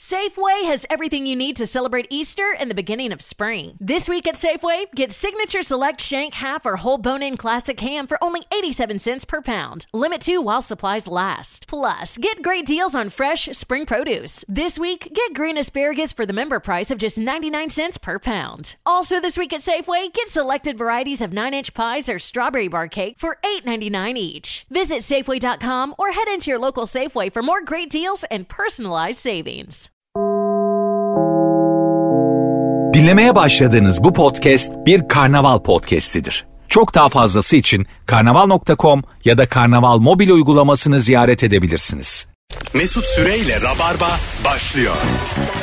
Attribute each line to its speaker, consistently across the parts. Speaker 1: Safeway has everything you need to celebrate Easter and the beginning of spring. This week at Safeway, get signature select shank half or whole bone in classic ham for only 87 cents per pound. Limit two while supplies last. Plus, get great deals on fresh spring produce. This week, get green asparagus for the member price of just 99 cents per pound. Also, this week at Safeway, get selected varieties of 9 inch pies or strawberry bar cake for $8.99 each. Visit Safeway.com or head into your local Safeway for more great deals and personalized savings.
Speaker 2: Dinlemeye başladığınız bu podcast bir karnaval podcastidir. Çok daha fazlası için karnaval.com ya da karnaval mobil uygulamasını ziyaret edebilirsiniz.
Speaker 3: Mesut Süreyle Rabarba başlıyor.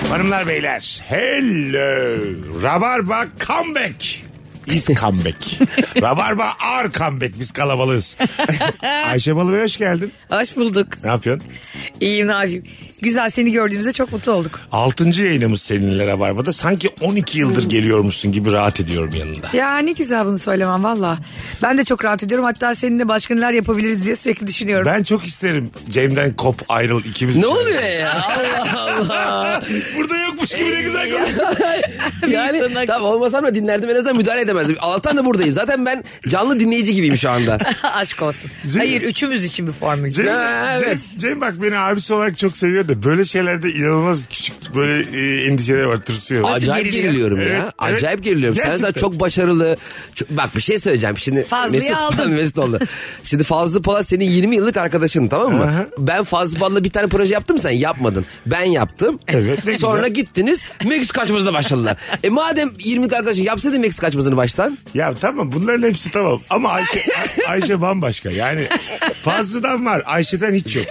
Speaker 4: Hanımlar beyler. Hello. Rabarba comeback. Is comeback. Rabarba are comeback. Biz kalabalığız. Ayşe Balı Bey hoş geldin.
Speaker 5: Hoş bulduk.
Speaker 4: Ne yapıyorsun?
Speaker 5: İyiyim ne yapayım? Güzel seni gördüğümüzde çok mutlu olduk.
Speaker 4: Altıncı yayınımız seninle Rabarba'da. Sanki 12 yıldır geliyormuşsun gibi rahat ediyorum yanında.
Speaker 5: Ya ne güzel bunu söylemem valla. Ben de çok rahat ediyorum. Hatta seninle başka neler yapabiliriz diye sürekli düşünüyorum.
Speaker 4: Ben çok isterim Cem'den kop ayrıl ikimiz.
Speaker 6: Ne oluyor ya? Allah Allah.
Speaker 4: Burada yokmuş gibi ne güzel konuştun.
Speaker 6: yani tamam olmasam da dinlerdim en azından müdahale edemezdim. Allah'tan da buradayım. Zaten ben canlı dinleyici gibiyim şu anda.
Speaker 5: Aşk olsun.
Speaker 4: Cem-
Speaker 5: Hayır üçümüz için bir formül.
Speaker 4: Cem,
Speaker 6: Ha,
Speaker 4: Cem,
Speaker 6: evet.
Speaker 4: Cem bak beni abisi olarak çok seviyor da böyle şeylerde inanılmaz küçük böyle e, endişeler var tırsıyor.
Speaker 6: Acayip
Speaker 5: geriliyor?
Speaker 6: geriliyorum ya.
Speaker 4: Evet,
Speaker 6: Acayip
Speaker 4: evet.
Speaker 6: geriliyorum. Sen
Speaker 4: Gerçekten.
Speaker 6: de çok başarılı. Çok- bak bir şey söyleyeceğim. Şimdi
Speaker 5: Fazlı'yı aldın.
Speaker 6: Mesut oldu. Şimdi Fazlı Polat senin 20 yıllık arkadaşın tamam mı?
Speaker 4: Aha.
Speaker 6: Ben Fazlı Polat'la bir tane proje yaptım sen yapmadın. Ben yaptım.
Speaker 4: Evet, ne
Speaker 6: Sonra
Speaker 4: güzel.
Speaker 6: gittiniz Meksika kaçmasına başladılar. e madem 20'lik arkadaşın yapsaydın Meksika kaçmasını baştan.
Speaker 4: Ya tamam bunların hepsi tamam ama Ayşe, Ay- Ayşe bambaşka yani fazladan var Ayşe'den hiç yok.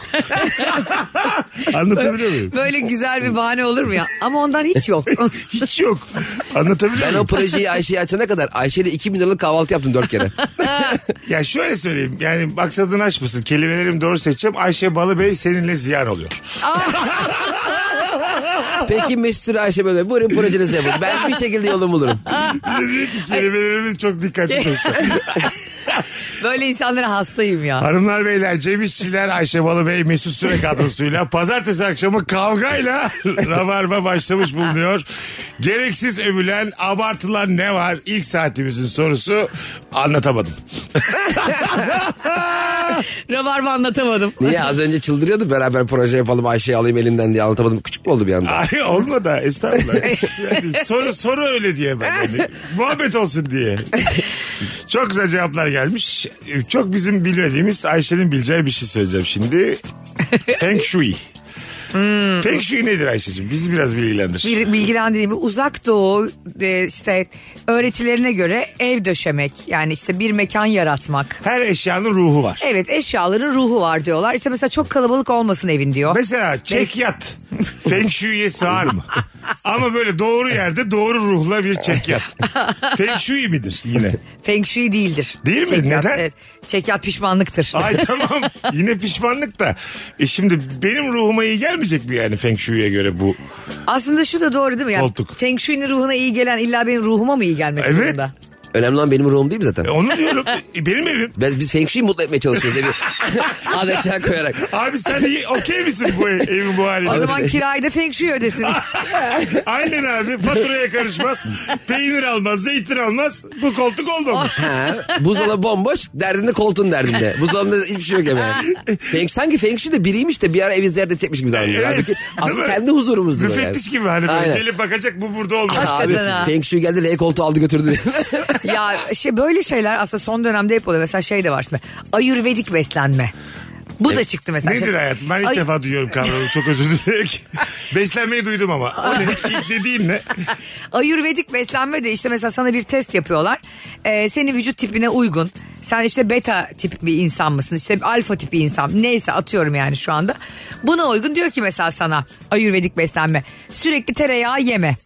Speaker 4: Anlatabiliyor muyum?
Speaker 5: Böyle güzel bir bahane olur mu ya? Ama ondan hiç yok.
Speaker 4: Hiç yok. Anlatabiliyor
Speaker 6: Ben o
Speaker 4: muyum?
Speaker 6: projeyi Ayşe'ye açana kadar Ayşe'yle 2000 liralık kahvaltı yaptım 4 kere.
Speaker 4: Ya şöyle söyleyeyim yani maksadını açmasın kelimelerimi doğru seçeceğim Ayşe Balıbey seninle ziyan oluyor.
Speaker 6: Peki Mesut Süre Ayşe böyle buyurun projenizi yapın. Ben bir şekilde yolumu bulurum.
Speaker 4: Kelimelerimiz çok dikkatli seçeceğim.
Speaker 5: Böyle insanlara hastayım ya.
Speaker 4: Hanımlar beyler Cem İşçiler Ayşe Balıbey Mesut Süre kadrosuyla pazartesi akşamı kavgayla Rabarba başlamış bulunuyor. Gereksiz övülen abartılan ne var? İlk saatimizin sorusu anlatamadım.
Speaker 5: Rabarba anlatamadım.
Speaker 6: Niye az önce çıldırıyordu beraber proje yapalım Ayşe'yi alayım elinden diye anlatamadım. Küçük mü oldu bir anda?
Speaker 4: Ay olmadı ha, estağfurullah. Yani soru soru öyle diye ben. Yani. Muhabbet olsun diye. Çok güzel cevaplar gelmiş. Çok bizim bilmediğimiz Ayşe'nin bileceği bir şey söyleyeceğim şimdi. Feng Shui. Feng Shui nedir Ayşe'cim? Bizi biraz bilgilendir.
Speaker 5: bir bilgilendireyim. Uzak Doğu e, işte öğretilerine göre ev döşemek yani işte bir mekan yaratmak.
Speaker 4: Her eşyanın ruhu var.
Speaker 5: Evet eşyaların ruhu var diyorlar. İşte mesela çok kalabalık olmasın evin diyor.
Speaker 4: Mesela çekyat Feng Shui'ye sığar mı? Ama böyle doğru yerde doğru ruhla bir çekyat. Feng Shui midir yine?
Speaker 5: Feng Shui değildir.
Speaker 4: Değil mi? Neden?
Speaker 5: Evet. Çekyat pişmanlıktır.
Speaker 4: Ay tamam yine pişmanlık da. E şimdi benim ruhuma iyi gelmeyecek mi yani Feng Shui'ye göre bu?
Speaker 5: Aslında şu da doğru değil mi? Yani
Speaker 4: Koltuk.
Speaker 5: Feng Shui'nin ruhuna iyi gelen illa benim ruhuma mı iyi gelmek
Speaker 4: Evet.
Speaker 5: zorunda?
Speaker 6: Önemli olan benim ruhum değil mi zaten?
Speaker 4: E onu diyorum E, benim evim.
Speaker 6: Biz, biz Feng Shui'yi mutlu etmeye çalışıyoruz evi. az eşya koyarak.
Speaker 4: Abi sen iyi okey misin bu ev- evin bu
Speaker 5: O
Speaker 4: haline?
Speaker 5: zaman kirayı da Feng Shui ödesin.
Speaker 4: Aynen abi faturaya karışmaz. Peynir almaz, zeytin almaz. Bu koltuk olmamış.
Speaker 6: Ha, buzdolabı bomboş derdinde koltuğun derdinde. Buzdolabında hiçbir şey yok hemen. Feng, sanki Feng Shui de biriymiş de bir ara evi ziyaret edecekmiş gibi davranıyor.
Speaker 4: Evet.
Speaker 6: Halbuki
Speaker 4: Değil
Speaker 6: aslında
Speaker 4: mi?
Speaker 6: kendi huzurumuzdur. o yani.
Speaker 4: Müfettiş gibi hani böyle
Speaker 6: Aynen.
Speaker 4: gelip bakacak bu burada olmaz.
Speaker 6: Abi,
Speaker 5: Hakikaten ha.
Speaker 6: Feng Shui geldi L koltuğu aldı götürdü.
Speaker 5: ya şey böyle şeyler aslında son dönemde hep oluyor. Mesela şey de var şimdi. Ayurvedik beslenme. Bu da çıktı mesela.
Speaker 4: E, Nedir
Speaker 5: Şey-
Speaker 4: hayatım? Ben ilk
Speaker 5: Ay-
Speaker 4: defa duyuyorum kavramı. Çok özür dilerim. Beslenmeyi duydum ama. O ne? İlk dediğin ne?
Speaker 5: Ayurvedik beslenme de işte mesela sana bir test yapıyorlar. Ee, senin vücut tipine uygun. Sen işte beta tip bir insan mısın? İşte alfa tipi insan. Neyse atıyorum yani şu anda. Buna uygun diyor ki mesela sana ayurvedik beslenme. Sürekli tereyağı yeme.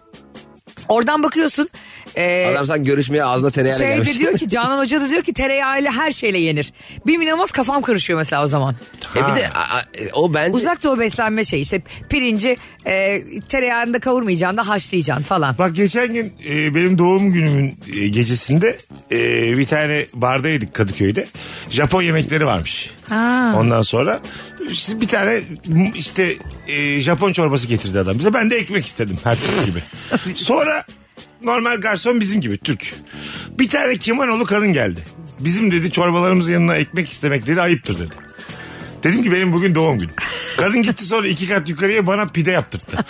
Speaker 5: Oradan bakıyorsun. Ee,
Speaker 6: Adam sanki görüşmeye ağzına tereyağıyla
Speaker 5: şey
Speaker 6: gelmiş.
Speaker 5: de diyor ki Canan Hoca da diyor ki tereyağıyla her şeyle yenir. Benim inanılmaz kafam karışıyor mesela o zaman.
Speaker 6: E bir de a- a- o bence
Speaker 5: Uzak doğu beslenme şey işte pirinci e, tereyağında kavurmayacaksın da haşlayacaksın falan.
Speaker 4: Bak geçen gün e, benim doğum günümün e, gecesinde e, bir tane bardaydık Kadıköy'de. Japon yemekleri varmış. Ondan sonra Şimdi bir tane m- işte e, Japon çorbası getirdi adam bize. Ben de ekmek istedim her türlü gibi. Sonra normal garson bizim gibi Türk. Bir tane kimanolu kadın geldi. Bizim dedi çorbalarımızın yanına ekmek istemek dedi ayıptır dedi. Dedim ki benim bugün doğum günüm. Kadın gitti sonra iki kat yukarıya bana pide yaptırdı.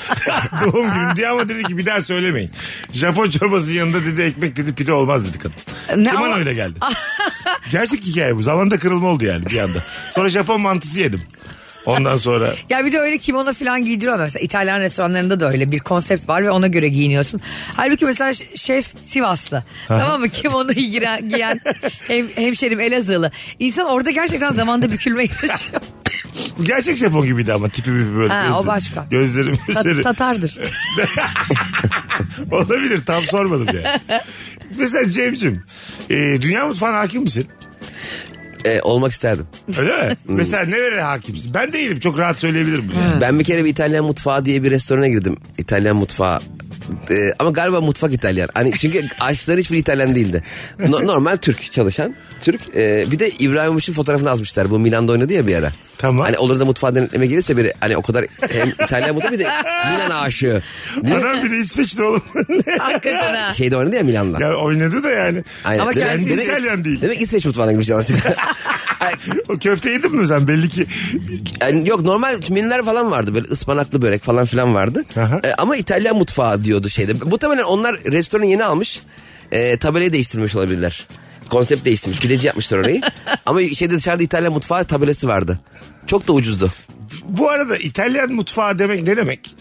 Speaker 4: doğum günüm diye ama dedi ki bir daha söylemeyin. Japon çorbasının yanında dedi ekmek dedi pide olmaz dedi kadın.
Speaker 5: Ne
Speaker 4: Kiman
Speaker 5: ama-
Speaker 4: öyle geldi. Gerçek hikaye bu. Zamanda kırılma oldu yani bir anda. Sonra Japon mantısı yedim. Ondan sonra
Speaker 5: Ya bir de öyle kimono falan giydiriyorlar. Mesela İtalyan restoranlarında da öyle bir konsept var ve ona göre giyiniyorsun. Halbuki mesela ş- şef Sivaslı. tamam mı? Kimono giren, giyen hem, hemşerim Elazığlı. İnsan orada gerçekten zamanda bükülme yaşıyor.
Speaker 4: bu gerçek Japon gibiydi ama tipi bir böyle.
Speaker 5: Ha, o
Speaker 4: gözleri,
Speaker 5: başka.
Speaker 4: Gözleri
Speaker 5: Ta-
Speaker 4: gözleri.
Speaker 5: Tatardır.
Speaker 4: Olabilir tam sormadım yani. Mesela Cem'cim e, dünya mutfağına hakim misin?
Speaker 6: Ee, olmak isterdim.
Speaker 4: Öyle mi? Mesela nerelere hakimsin? Ben değilim çok rahat söyleyebilirim bunu. yani.
Speaker 6: Ben bir kere bir İtalyan mutfağı diye bir restorana girdim. İtalyan mutfağı. Ee, ama galiba mutfak İtalyan. Hani çünkü aşçılar hiçbir İtalyan değildi. No- normal Türk çalışan. Türk. Ee, bir de İbrahimovic'in fotoğrafını azmışlar. Bu Milan'da oynadı ya bir ara.
Speaker 4: Tamam.
Speaker 6: Hani olur da mutfağa denetleme gelirse biri hani o kadar hem İtalyan mutfağı bir de Milan aşığı. Diye
Speaker 4: Adam bir de İsveç'te oğlum.
Speaker 5: Hakikaten ha.
Speaker 6: şeyde oynadı ya Milan'da.
Speaker 4: ya oynadı da yani.
Speaker 6: Aynen.
Speaker 5: Ama
Speaker 6: Demek-
Speaker 5: kendisi
Speaker 6: demek-
Speaker 4: İtalyan değil.
Speaker 6: Demek İsveç mutfağına girmiş yanlışlıkla. Ay,
Speaker 4: O köfte yedin mi sen belli ki.
Speaker 6: Yani yok normal menüler falan vardı böyle ıspanaklı börek falan filan vardı.
Speaker 4: Aha.
Speaker 6: E, ama İtalyan mutfağı diyordu şeyde. Muhtemelen onlar restoranı yeni almış. E, tabelayı değiştirmiş olabilirler. Konsept değiştirmiş. Pideci yapmışlar orayı. ama şeyde dışarıda İtalyan mutfağı tabelası vardı. Çok da ucuzdu.
Speaker 4: Bu arada İtalyan mutfağı demek ne demek?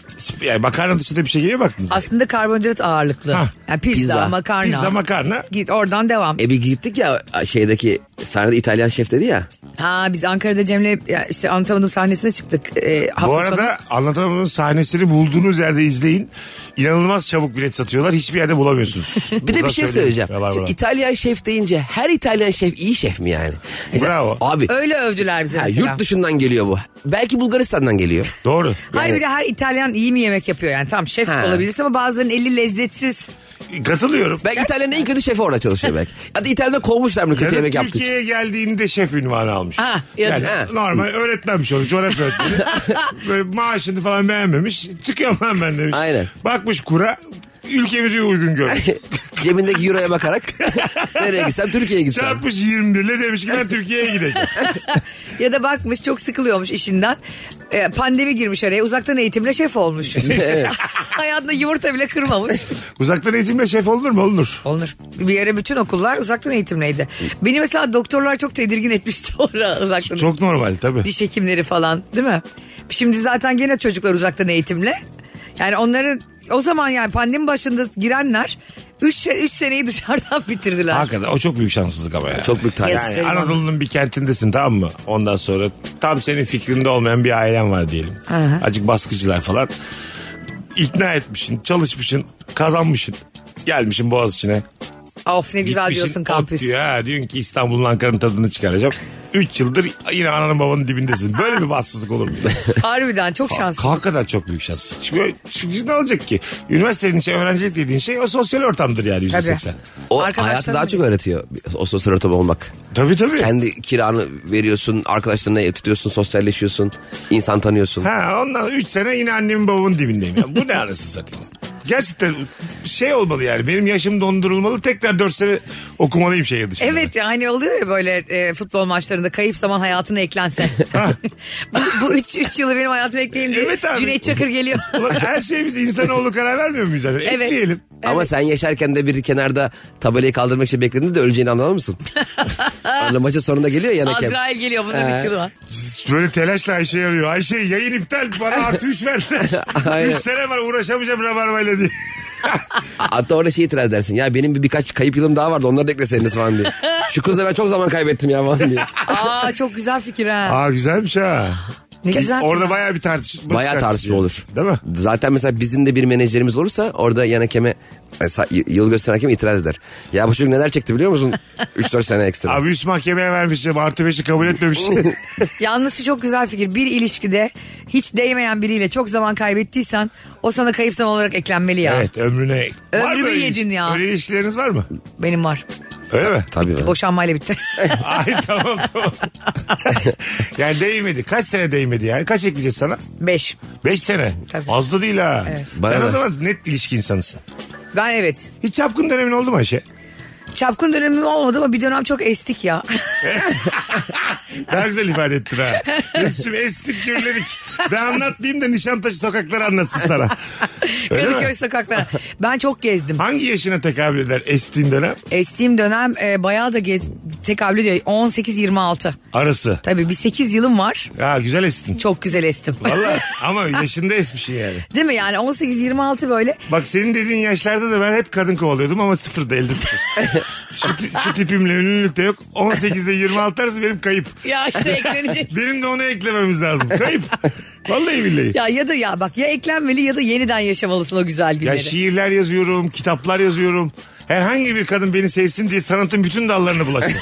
Speaker 4: Yani makarna dışında bir şey geliyor baktınız. mı?
Speaker 5: Aslında karbonhidrat ağırlıklı.
Speaker 4: Ha.
Speaker 5: Yani pizza,
Speaker 6: Pizza.
Speaker 5: makarna.
Speaker 4: Pizza makarna.
Speaker 5: Git oradan devam.
Speaker 6: E bir gittik ya şeydeki sahnede İtalyan şef dedi ya.
Speaker 5: Ha biz Ankara'da Cem'le ya işte anlatamadım sahnesine çıktık. Ee, hafta
Speaker 4: Bu
Speaker 5: sonu.
Speaker 4: arada anlatamadığımın sahnesini bulduğunuz yerde izleyin. İnanılmaz çabuk bilet satıyorlar. Hiçbir yerde bulamıyorsunuz.
Speaker 6: Bir de bir şey söyleyeceğim. Şimdi
Speaker 4: Şimdi
Speaker 6: İtalyan şef deyince her İtalyan şef iyi şef mi yani? Mesela-
Speaker 4: Bravo.
Speaker 6: Abi
Speaker 5: Öyle övdüler bize
Speaker 6: ha,
Speaker 5: mesela.
Speaker 6: yurt dışından geliyor bu. Belki Bulgaristan'dan geliyor.
Speaker 4: Doğru.
Speaker 5: Hayır
Speaker 6: Yani-
Speaker 5: bir de her İtalyan iyi mi yemek yapıyor yani tamam şef
Speaker 6: Ha.
Speaker 5: olabilirsin ama bazılarının eli lezzetsiz.
Speaker 4: Katılıyorum.
Speaker 6: Belki İtalya'nın en kötü şefi orada çalışıyor belki. Ya da İtalya'da kovmuşlar bunu
Speaker 4: Ya
Speaker 6: kötü
Speaker 4: da
Speaker 6: yemek yaptık.
Speaker 4: Türkiye'ye geldiğinde şef ünvanı almış.
Speaker 5: Ha, ya da-
Speaker 4: yani
Speaker 6: Ha.
Speaker 4: normal öğretmenmiş onu coğrafya öğretmeni. Böyle maaşını falan beğenmemiş. Çıkıyorum lan ben demiş.
Speaker 6: Aynen.
Speaker 4: Bakmış kura ülkemizi uygun görmüş.
Speaker 6: Cebindeki euroya bakarak nereye gitsem Türkiye'ye gitsem.
Speaker 4: Çarpmış 21 ile demiş ki ben Türkiye'ye gideceğim.
Speaker 5: Ya da bakmış çok sıkılıyormuş işinden. Ee, pandemi girmiş araya uzaktan eğitimle şef olmuş. Hayatında yumurta bile kırmamış.
Speaker 4: Uzaktan eğitimle şef olunur mu? Olunur.
Speaker 5: Olunur. Bir yere bütün okullar uzaktan eğitimleydi. Beni mesela doktorlar çok tedirgin etmişti orada uzaktan.
Speaker 4: Çok normal tabii.
Speaker 5: Diş hekimleri falan değil mi? Şimdi zaten gene çocuklar uzaktan eğitimle. Yani onları o zaman yani pandemi başında girenler 3 üç seneyi dışarıdan bitirdiler.
Speaker 4: Hakikaten o çok büyük şanssızlık ama ya.
Speaker 6: Çok büyük talih.
Speaker 5: Yes.
Speaker 4: Yani Anadolu'nun bir kentindesin tamam mı? Ondan sonra tam senin fikrinde olmayan bir ailen var diyelim.
Speaker 5: Aha.
Speaker 4: Acık baskıcılar falan. İkna etmişsin, çalışmışsın, kazanmışsın. Gelmişsin Boğaziçi'ne.
Speaker 5: Of ne güzel
Speaker 4: Gitmişsin,
Speaker 5: diyorsun
Speaker 4: ot
Speaker 5: kampüs.
Speaker 4: Diyor, ha, diyorsun ki İstanbul'un Ankara'nın tadını çıkaracağım. 3 yıldır yine ananın babanın dibindesin. Böyle bir bahtsızlık olur mu?
Speaker 5: Harbiden çok şanslı.
Speaker 4: Hakikaten çok büyük şans. Çünkü, çünkü ne olacak ki? Üniversitenin şey, öğrencilik dediğin şey o sosyal ortamdır yani
Speaker 5: Tabii.
Speaker 4: %80.
Speaker 6: O
Speaker 5: Arkadaşlarım
Speaker 6: hayatı daha
Speaker 5: mı?
Speaker 6: çok öğretiyor. O sosyal ortam olmak.
Speaker 4: Tabii tabii.
Speaker 6: Kendi kiranı veriyorsun, arkadaşlarına ev tutuyorsun, sosyalleşiyorsun, insan tanıyorsun.
Speaker 4: Ha ondan 3 sene yine annemin babamın dibindeyim. Ya. Bu ne anasını satayım. Gerçekten şey olmalı yani benim yaşım dondurulmalı tekrar 4 sene okumalıyım şehir dışında.
Speaker 5: Evet yani oluyor ya böyle e, futbol maçlarında kayıp zaman hayatına eklense. bu, bu üç, üç yılı benim hayatıma ekleyeyim diye
Speaker 4: Evet abi.
Speaker 5: Cüneyt Çakır geliyor.
Speaker 4: Ulan her şey biz insanoğlu karar vermiyor muyuz zaten?
Speaker 5: Evet.
Speaker 4: Ekleyelim.
Speaker 6: Ama sen yaşarken de bir kenarda tabelayı kaldırmak için beklediğinde de öleceğini anlar mısın? Anla maçın sonunda geliyor ya hakem.
Speaker 5: Azrail geliyor
Speaker 4: Ee.
Speaker 5: bunun üç yılı var.
Speaker 4: Böyle telaşla Ayşe yarıyor. Ayşe yayın iptal bana artı 3 verdiler.
Speaker 6: Aynen.
Speaker 4: 3 sene var uğraşamayacağım rabarbayla diye.
Speaker 6: Hatta orada şey itiraz edersin. Ya benim bir birkaç kayıp yılım daha vardı onları da ekleseniz falan diye. Şu kızla ben çok zaman kaybettim ya falan diye.
Speaker 5: Aa çok güzel fikir ha.
Speaker 4: Aa güzelmiş ha.
Speaker 5: Ne güzel.
Speaker 4: Orada bayağı bir tartışma
Speaker 6: Bayağı tartışma
Speaker 4: çıkartıyor.
Speaker 6: olur.
Speaker 4: Değil mi?
Speaker 6: Zaten mesela bizim de bir menajerimiz olursa orada yan hakeme yani sa- y- yıl gösteren hakem itiraz eder. Ya bu çocuk neler çekti biliyor musun? 3-4 sene ekstra.
Speaker 4: Abi üst mahkemeye vermişim artı 5'i kabul etmemiş.
Speaker 5: Oh. Yalnız şu çok güzel fikir. Bir ilişkide hiç değmeyen biriyle çok zaman kaybettiysen o sana kayıp zaman olarak eklenmeli ya.
Speaker 4: evet ömrüne. Var mı
Speaker 5: Ömrümü
Speaker 4: öyle
Speaker 5: yedin
Speaker 4: ilişki-
Speaker 5: ya.
Speaker 4: Öyle ilişkileriniz var mı?
Speaker 5: Benim var.
Speaker 4: Öyle mi?
Speaker 6: Tabii ben.
Speaker 5: Boşanmayla bitti.
Speaker 4: Ay tamam tamam. yani değmedi. Kaç sene değmedi yani? Kaç ekleyeceğiz sana?
Speaker 5: Beş.
Speaker 4: Beş sene.
Speaker 5: Tabii.
Speaker 4: Az da değil ha.
Speaker 5: Evet.
Speaker 4: Sen
Speaker 6: Bana
Speaker 4: o
Speaker 6: da.
Speaker 4: zaman net ilişki insanısın.
Speaker 5: Ben evet.
Speaker 4: Hiç çapkın dönemin oldu mu Ayşe?
Speaker 5: Çapkın dönemim olmadı ama bir dönem çok estik ya.
Speaker 4: Daha güzel ifade ettin ha. Mesut'cum estik gürledik. Ben anlatmayayım da Nişantaşı sokakları anlatsın sana. Öyle
Speaker 5: Kadıköy
Speaker 4: mi?
Speaker 5: sokakları. Ben çok gezdim.
Speaker 4: Hangi yaşına tekabül eder estiğin dönem?
Speaker 5: Estiğim dönem e, bayağı da ge- tekabül ediyor. 18-26.
Speaker 4: Arası.
Speaker 5: Tabii bir 8 yılım var.
Speaker 4: Ya güzel estin.
Speaker 5: Çok güzel estim.
Speaker 4: Valla ama yaşında esmişsin yani.
Speaker 5: Değil mi yani 18-26 böyle.
Speaker 4: Bak senin dediğin yaşlarda da ben hep kadın kovalıyordum ama sıfırda elde sıfır. şu, ti- şu tipimle ünlülük de yok. 18'de 26 arası benim kayıp.
Speaker 5: Ya işte eklenecek.
Speaker 4: Benim de onu eklememiz lazım. Kayıp. Vallahi billahi.
Speaker 5: ya ya da ya bak ya eklenmeli ya da yeniden yaşamalısın o güzel
Speaker 4: Ya
Speaker 5: günleri.
Speaker 4: şiirler yazıyorum, kitaplar yazıyorum. Herhangi bir kadın beni sevsin diye sanatın bütün dallarına bulaştı.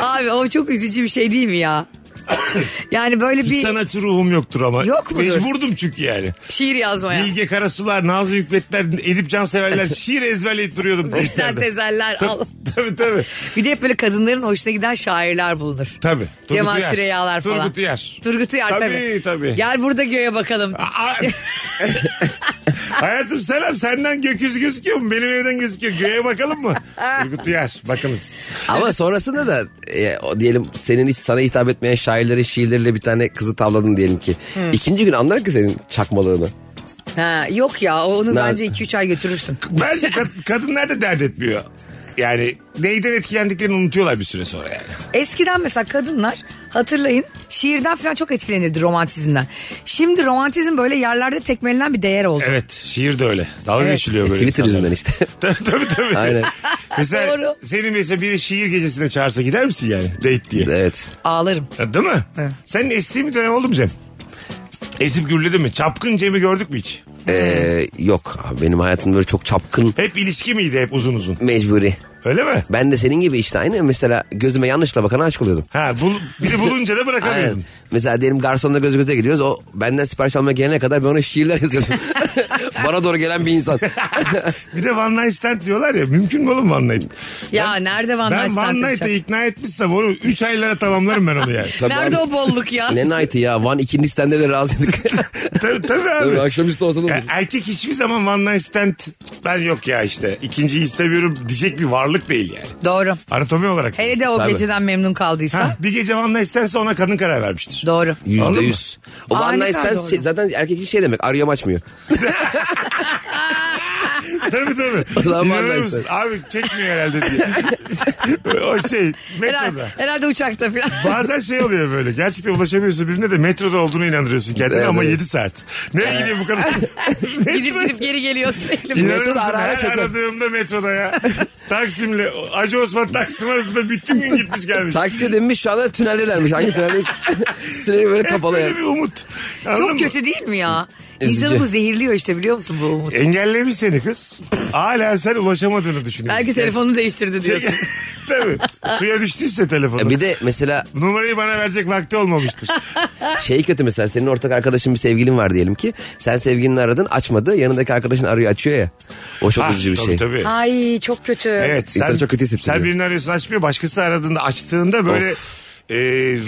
Speaker 5: Abi o çok üzücü bir şey değil mi ya? Yani böyle
Speaker 4: Hiç
Speaker 5: bir
Speaker 4: sanatçı ruhum yoktur ama.
Speaker 5: Yok mudur?
Speaker 4: Mecburdum çünkü yani.
Speaker 5: şiir yazmaya.
Speaker 4: Bilge Karasular, Nazım Hikmetler, Edip Canseverler şiir ezberleyip duruyordum.
Speaker 5: Bizden
Speaker 4: testlerde.
Speaker 5: tezeller al.
Speaker 4: Tabii tabii.
Speaker 5: Bir de hep böyle kadınların hoşuna giden şairler bulunur.
Speaker 4: Tabii.
Speaker 5: Cemal
Speaker 4: Turgut Uyar.
Speaker 5: Süreyya'lar falan.
Speaker 4: Turgut Uyar.
Speaker 5: Turgut Uyar tabii.
Speaker 4: Tabii, tabii.
Speaker 5: Gel burada göğe bakalım.
Speaker 4: Aa! Hayatım selam senden gökyüzü gözüküyor mu? Benim evden gözüküyor. Göğe bakalım mı? Turgut Uyar bakınız.
Speaker 6: Ama sonrasında da e, o diyelim senin hiç sana hitap etmeyen şairlerin şiirleriyle bir tane kızı tavladın diyelim ki.
Speaker 4: Hmm.
Speaker 6: İkinci gün anlar ki senin çakmalığını.
Speaker 5: Ha, yok ya onu
Speaker 6: Ne-
Speaker 5: bence 2-3 ay götürürsün.
Speaker 4: Bence kad- kadınlar da dert etmiyor. Yani neyden etkilendiklerini unutuyorlar bir süre sonra yani.
Speaker 5: Eskiden mesela kadınlar hatırlayın şiirden falan çok etkilenirdi romantizmden. Şimdi romantizm böyle yerlerde tekmelenen bir değer oldu.
Speaker 4: Evet şiir de öyle. şey Dalga geçiliyor böyle.
Speaker 6: e, Twitter
Speaker 4: insanlarla.
Speaker 6: yüzünden işte.
Speaker 4: tabii tabii. tabii.
Speaker 6: Aynen.
Speaker 4: Mesela
Speaker 5: Doğru.
Speaker 4: senin mesela biri şiir gecesine çağırsa gider misin yani date diye?
Speaker 6: evet.
Speaker 5: Ağlarım.
Speaker 4: Ha, Değil mi?
Speaker 5: Evet.
Speaker 4: Senin estiğin bir dönem oldu mu Cem? Esip gürledi mi? Çapkın Cem'i gördük mü hiç?
Speaker 6: Ee,
Speaker 4: Hmm.
Speaker 6: yok abi benim hayatım böyle çok çapkın
Speaker 4: Hep ilişki miydi hep uzun uzun?
Speaker 6: mecburi.
Speaker 4: Öyle mi?
Speaker 6: Ben de senin gibi işte aynı mesela gözüme yanlışla bakana aşık oluyordum.
Speaker 4: Ha bul, bir de bulunca da bırakamıyordum.
Speaker 6: Aynen. Mesela diyelim garsonla göz göze geliyoruz. O benden sipariş almaya gelene kadar ben ona şiirler yazıyordum. Bana doğru gelen bir insan.
Speaker 4: bir de one night stand diyorlar ya mümkün mü oğlum one night?
Speaker 5: Ya nerede Van
Speaker 4: ben one night'e ikna etmişsem onu 3 aylara tamamlarım ben onu yani.
Speaker 6: Tabii
Speaker 5: Nerede
Speaker 6: abi.
Speaker 5: o bolluk ya?
Speaker 6: Ne night'ı ya? Van ikinci stende de razıydık.
Speaker 4: tabii, tabii abi.
Speaker 6: Tabii, akşamüstü olsa da olur.
Speaker 4: Ya erkek hiçbir zaman one night stand ben yok ya işte ikinciyi istemiyorum diyecek bir varlık değil yani.
Speaker 5: Doğru.
Speaker 4: Anatomi olarak.
Speaker 5: Hele de o
Speaker 6: Tabii.
Speaker 5: geceden memnun kaldıysa.
Speaker 4: Ha, bir gece one night standse ona kadın karar vermiştir.
Speaker 5: Doğru.
Speaker 4: Anladın
Speaker 6: Yüzde
Speaker 4: mı?
Speaker 6: yüz. O
Speaker 5: Aa,
Speaker 6: one
Speaker 5: ne
Speaker 6: night
Speaker 5: kadar
Speaker 6: stand şey-
Speaker 5: doğru.
Speaker 6: zaten erkek için şey demek. Arıyorum açmıyor.
Speaker 4: tabii tabii.
Speaker 6: O zaman one
Speaker 4: İnanır
Speaker 6: night
Speaker 4: mısın?
Speaker 6: stand.
Speaker 4: Abi çekmiyor herhalde diye. o şey
Speaker 5: Herhalde,
Speaker 4: metroda.
Speaker 5: herhalde uçakta falan.
Speaker 4: Bazen şey oluyor böyle. Gerçekten ulaşamıyorsun birine de metroda olduğunu inandırıyorsun kendine
Speaker 6: Evet,
Speaker 4: ama
Speaker 6: evet.
Speaker 4: 7 saat. Nereye gidiyor bu kadar?
Speaker 5: gidip gidip geri geliyor sürekli.
Speaker 4: İnanır
Speaker 6: Metroda
Speaker 4: mısın?
Speaker 6: ara ara
Speaker 4: Her
Speaker 6: çeker.
Speaker 4: aradığımda metroda ya. Taksim'le Hacı Osman Taksim arasında bütün gün gitmiş gelmiş.
Speaker 6: Taksiye binmiş şu anda tüneldelermiş. Hangi tünelde? Sinirleri böyle
Speaker 4: Hep
Speaker 6: kapalı.
Speaker 4: böyle
Speaker 6: yani.
Speaker 4: bir umut. Anladın
Speaker 5: Çok
Speaker 4: mı?
Speaker 5: kötü değil mi ya?
Speaker 6: Üzücü.
Speaker 5: İnsanı bu zehirliyor işte biliyor musun bu umut?
Speaker 4: Engellemiş seni kız. Hala sen ulaşamadığını düşünüyorsun.
Speaker 5: Belki telefonu değiştirdi diyorsun.
Speaker 4: Şey- Tabii. Suya düştüyse telefonu.
Speaker 6: Ya E Bir de mesela
Speaker 4: Numarayı bana verecek vakti olmamıştır.
Speaker 6: şey kötü mesela senin ortak arkadaşın bir sevgilin var diyelim ki. Sen sevgilini aradın açmadı. Yanındaki arkadaşın arıyor açıyor ya. O çok üzücü bir
Speaker 4: Ah, tabii,
Speaker 6: şey.
Speaker 4: Tabii.
Speaker 5: Ay çok kötü.
Speaker 4: Evet.
Speaker 6: İnsanı çok kötü hissettiriyor.
Speaker 4: Sen birini arıyorsun açmıyor. Başkası aradığında açtığında böyle e,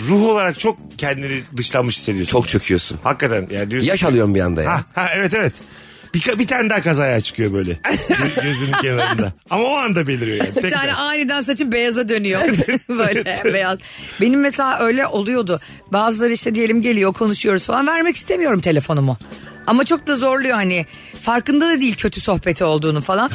Speaker 4: ruh olarak çok kendini dışlanmış hissediyorsun.
Speaker 6: Çok çöküyorsun.
Speaker 4: Hakikaten. Yani diyorsun
Speaker 6: Yaş
Speaker 4: ki-
Speaker 6: alıyorsun bir anda ya.
Speaker 4: Ha, ha, evet evet. Bir, ka- bir tane daha kazaya çıkıyor böyle. Gö- Gözünün kenarında. Ama o anda beliriyor yani.
Speaker 5: Bir
Speaker 4: Tekrar.
Speaker 5: tane aniden saçın beyaza dönüyor. Böyle beyaz. Benim mesela öyle oluyordu. Bazıları işte diyelim geliyor konuşuyoruz falan vermek istemiyorum telefonumu. Ama çok da zorluyor hani. Farkında da değil kötü sohbeti olduğunu falan.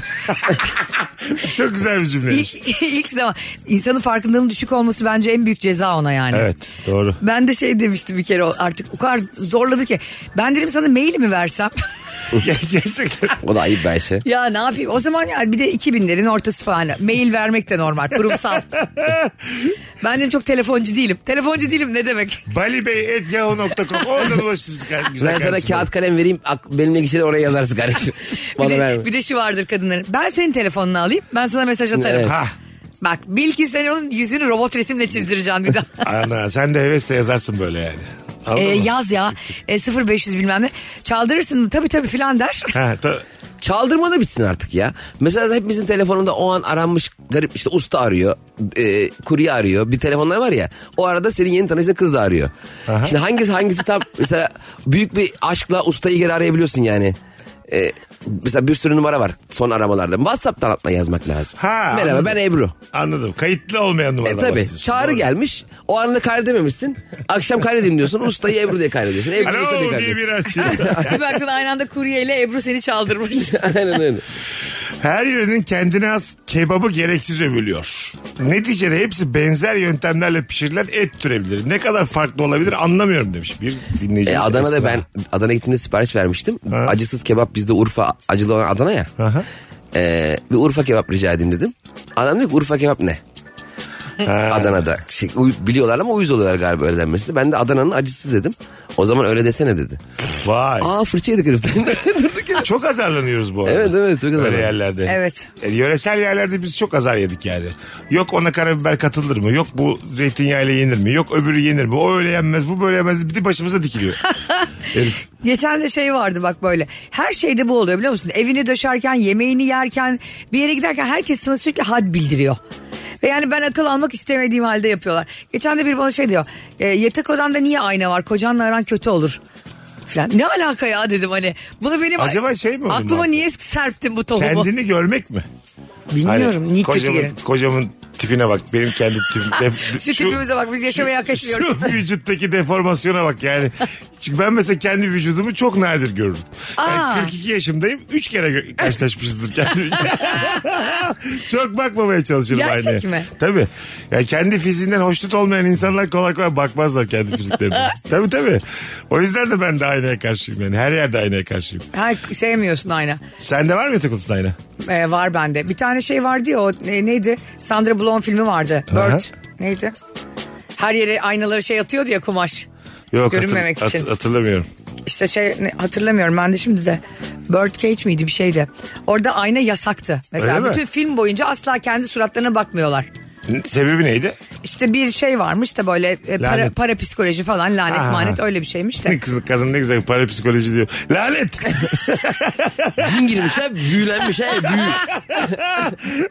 Speaker 4: Çok güzel bir cümleymiş.
Speaker 5: ilk, ilk zaman insanın farkındalığının düşük olması bence en büyük ceza ona yani.
Speaker 4: Evet doğru.
Speaker 5: Ben de şey demiştim bir kere o- artık o kadar zorladı ki. Ben dedim sana mail mi versem?
Speaker 4: Ger- Gerçekten.
Speaker 6: O da ayıp bir şey.
Speaker 5: ya ne yapayım? O zaman ya bir de 2000'lerin ortası falan. Mail vermek de normal kurumsal. ben dedim çok telefoncu değilim. Telefoncu değilim ne demek?
Speaker 4: balibey.yahoo.com Oradan ulaşırız. kar- Güzel
Speaker 6: Ben sana
Speaker 4: kardeşim.
Speaker 6: kağıt kalem vereyim. ak- Benimle gidişe de oraya yazarsın kardeşim.
Speaker 5: Bir
Speaker 6: Bana
Speaker 5: de,
Speaker 6: verme.
Speaker 5: bir de şu vardır kadınların. Ben senin telefonunu alayım. Ben sana mesaj atarım.
Speaker 6: Evet.
Speaker 4: Ha.
Speaker 5: Bak bil ki sen onun yüzünü robot resimle çizdireceğim bir daha.
Speaker 4: Ana sen de hevesle yazarsın böyle yani. Anladın
Speaker 5: Ee, E,
Speaker 4: mı?
Speaker 5: yaz ya. Ee, 0500 bilmem ne. Çaldırırsın tabii tabii filan der.
Speaker 4: Ha, ta-
Speaker 6: Çaldırma da bitsin artık ya. Mesela hepimizin telefonunda o an aranmış garip işte usta arıyor, e, kurye arıyor. Bir telefonlar var ya. O arada senin yeni tanıştığın kız da arıyor. Şimdi hangisi hangisi tam mesela büyük bir aşkla ustayı geri arayabiliyorsun yani. E, mesela bir sürü numara var son aramalarda. WhatsApp'tan atma yazmak lazım.
Speaker 4: Ha,
Speaker 6: Merhaba
Speaker 4: anladım.
Speaker 6: ben Ebru.
Speaker 4: Anladım. Kayıtlı olmayan
Speaker 6: E
Speaker 4: numaradan
Speaker 6: tabi
Speaker 4: bahsediyorsun.
Speaker 6: çağrı
Speaker 4: Doğru.
Speaker 6: gelmiş. O anını kaydedememişsin. Akşam kaydedeyim diyorsun. Ustayı Ebru diye kaydediyorsun. Ebru Usta diye
Speaker 4: Alo diye
Speaker 6: kaydediyorsun.
Speaker 4: bir açıyor.
Speaker 5: Bir baktın aynı anda kurye ile Ebru seni çaldırmış.
Speaker 6: Aynen öyle. E,
Speaker 4: Her yörenin kendine has kebabı gereksiz övülüyor. Neticede hepsi benzer yöntemlerle pişirilen et türebilir. Ne kadar farklı olabilir anlamıyorum demiş bir dinleyici.
Speaker 6: E,
Speaker 4: Esra.
Speaker 6: Adana'da ben Adana'ya gittiğimde sipariş vermiştim. Acısız kebap bizde Urfa acılı olan Adana ya. E, bir Urfa kebap rica edeyim dedim. Adam diyor ki Urfa kebap ne? Adana'da. Şey, uy- biliyorlar ama uyuz oluyorlar galiba öyle denmesine. Ben de Adana'nın acısız dedim. O zaman öyle desene dedi.
Speaker 4: Vay.
Speaker 6: Aa fırça yedik heriften.
Speaker 4: Çok azarlanıyoruz bu arada.
Speaker 6: Evet, evet, çok
Speaker 4: Böyle
Speaker 6: azarlanıyoruz.
Speaker 4: yerlerde.
Speaker 5: Evet.
Speaker 4: E, yöresel yerlerde biz çok azar yedik yani. Yok ona karabiber katılır mı? Yok bu zeytinyağıyla yenir mi? Yok öbürü yenir mi? O öyle yenmez bu böyle yenmez. Bir de başımıza dikiliyor. Herif.
Speaker 5: Geçen de şey vardı bak böyle. Her şeyde bu oluyor biliyor musun? Evini döşerken, yemeğini yerken, bir yere giderken herkes sana sürekli had bildiriyor. Ve yani ben akıl almak istemediğim halde yapıyorlar. Geçen de bir bana şey diyor. "E, yatak odanda niye ayna var? Kocanla aran kötü olur. Falan. Ne alaka ya dedim hani. Bunu benim
Speaker 4: Acaba şey mi oldu
Speaker 5: aklıma
Speaker 4: Marco?
Speaker 5: niye serptin bu tohumu?
Speaker 4: Kendini görmek mi?
Speaker 5: Bilmiyorum.
Speaker 4: Hani
Speaker 5: niye kötü
Speaker 4: kocamın,
Speaker 5: yeri.
Speaker 4: kocamın tipine bak. Benim kendi tipim. def-
Speaker 5: Şu, tipimize bak biz yaşamaya hak etmiyoruz.
Speaker 4: Şu vücuttaki deformasyona bak yani. Çünkü ben mesela kendi vücudumu çok nadir görürüm.
Speaker 5: Aa.
Speaker 4: Yani 42 yaşındayım. 3 kere gö- karşılaşmışızdır kendi Çok bakmamaya çalışırım aynaya.
Speaker 5: Gerçek mi?
Speaker 4: Tabii. Yani kendi fiziğinden hoşnut olmayan insanlar kolay kolay bakmazlar kendi fiziklerine. tabii tabii. O yüzden de ben de aynaya karşıyım yani. Her yerde aynaya karşıyım.
Speaker 5: Ha, sevmiyorsun ayna.
Speaker 4: Sende var mı yatak odasında ayna?
Speaker 5: Ee, var bende. Bir tane şey vardı ya o e, neydi? Sandra Bullock filmi vardı.
Speaker 4: Aha.
Speaker 5: Bird. Neydi? Her yere aynaları şey atıyordu ya kumaş.
Speaker 4: Yok hatır-
Speaker 5: Görünmemek
Speaker 4: hat-
Speaker 5: için.
Speaker 4: hatırlamıyorum.
Speaker 5: İşte şey ne- hatırlamıyorum ben de şimdi de. Bird Cage miydi bir şeydi. Orada ayna yasaktı. Mesela
Speaker 4: Öyle mi?
Speaker 5: bütün film boyunca asla kendi suratlarına bakmıyorlar.
Speaker 4: N- Sebebi neydi?
Speaker 5: İşte bir şey varmış da böyle e, para,
Speaker 4: Lanet.
Speaker 5: para psikoloji falan lanet
Speaker 4: Aha.
Speaker 5: manet öyle bir şeymiş de.
Speaker 4: Ne kız- kadın ne güzel parapsikoloji diyor. Lanet.
Speaker 6: Cin girmiş ha büyülenmiş ha büyü.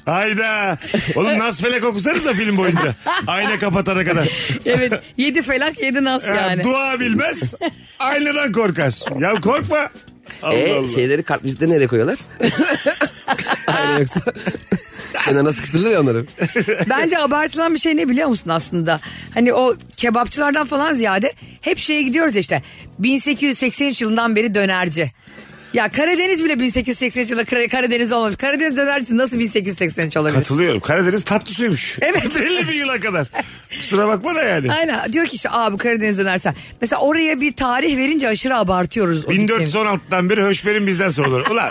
Speaker 4: Hayda. Oğlum Nasfelek okusanıza film boyunca. Ayna kapatana kadar.
Speaker 5: evet yedi felak yedi nas
Speaker 4: Ha,
Speaker 5: yani.
Speaker 4: Dua bilmez. Aynadan korkar. Ya korkma. Allah
Speaker 6: E
Speaker 4: Allah.
Speaker 5: şey-
Speaker 6: şeyleri kart vizitleri nereye koyuyorlar? Aynen yoksa. Kenara sıkıştırırlar ya onları.
Speaker 5: Bence abartılan bir şey ne biliyor musun aslında? Hani o kebapçılardan falan ziyade hep şeye gidiyoruz ya işte. 1883 yılından beri dönerci. Ya Karadeniz bile 1883 yılında Kar- Karadeniz olmamış. Karadeniz dönercisi nasıl 1883 olabilir?
Speaker 4: Katılıyorum. Karadeniz tatlı suymuş.
Speaker 5: Evet.
Speaker 4: 50 bin yıla kadar. Kusura bakma da yani.
Speaker 5: Aynen diyor ki işte abi Karadeniz dönersen. Mesela oraya bir tarih verince aşırı abartıyoruz. o gittiğimiz.
Speaker 4: 1416'dan beri höşberin bizden sorulur. Ulan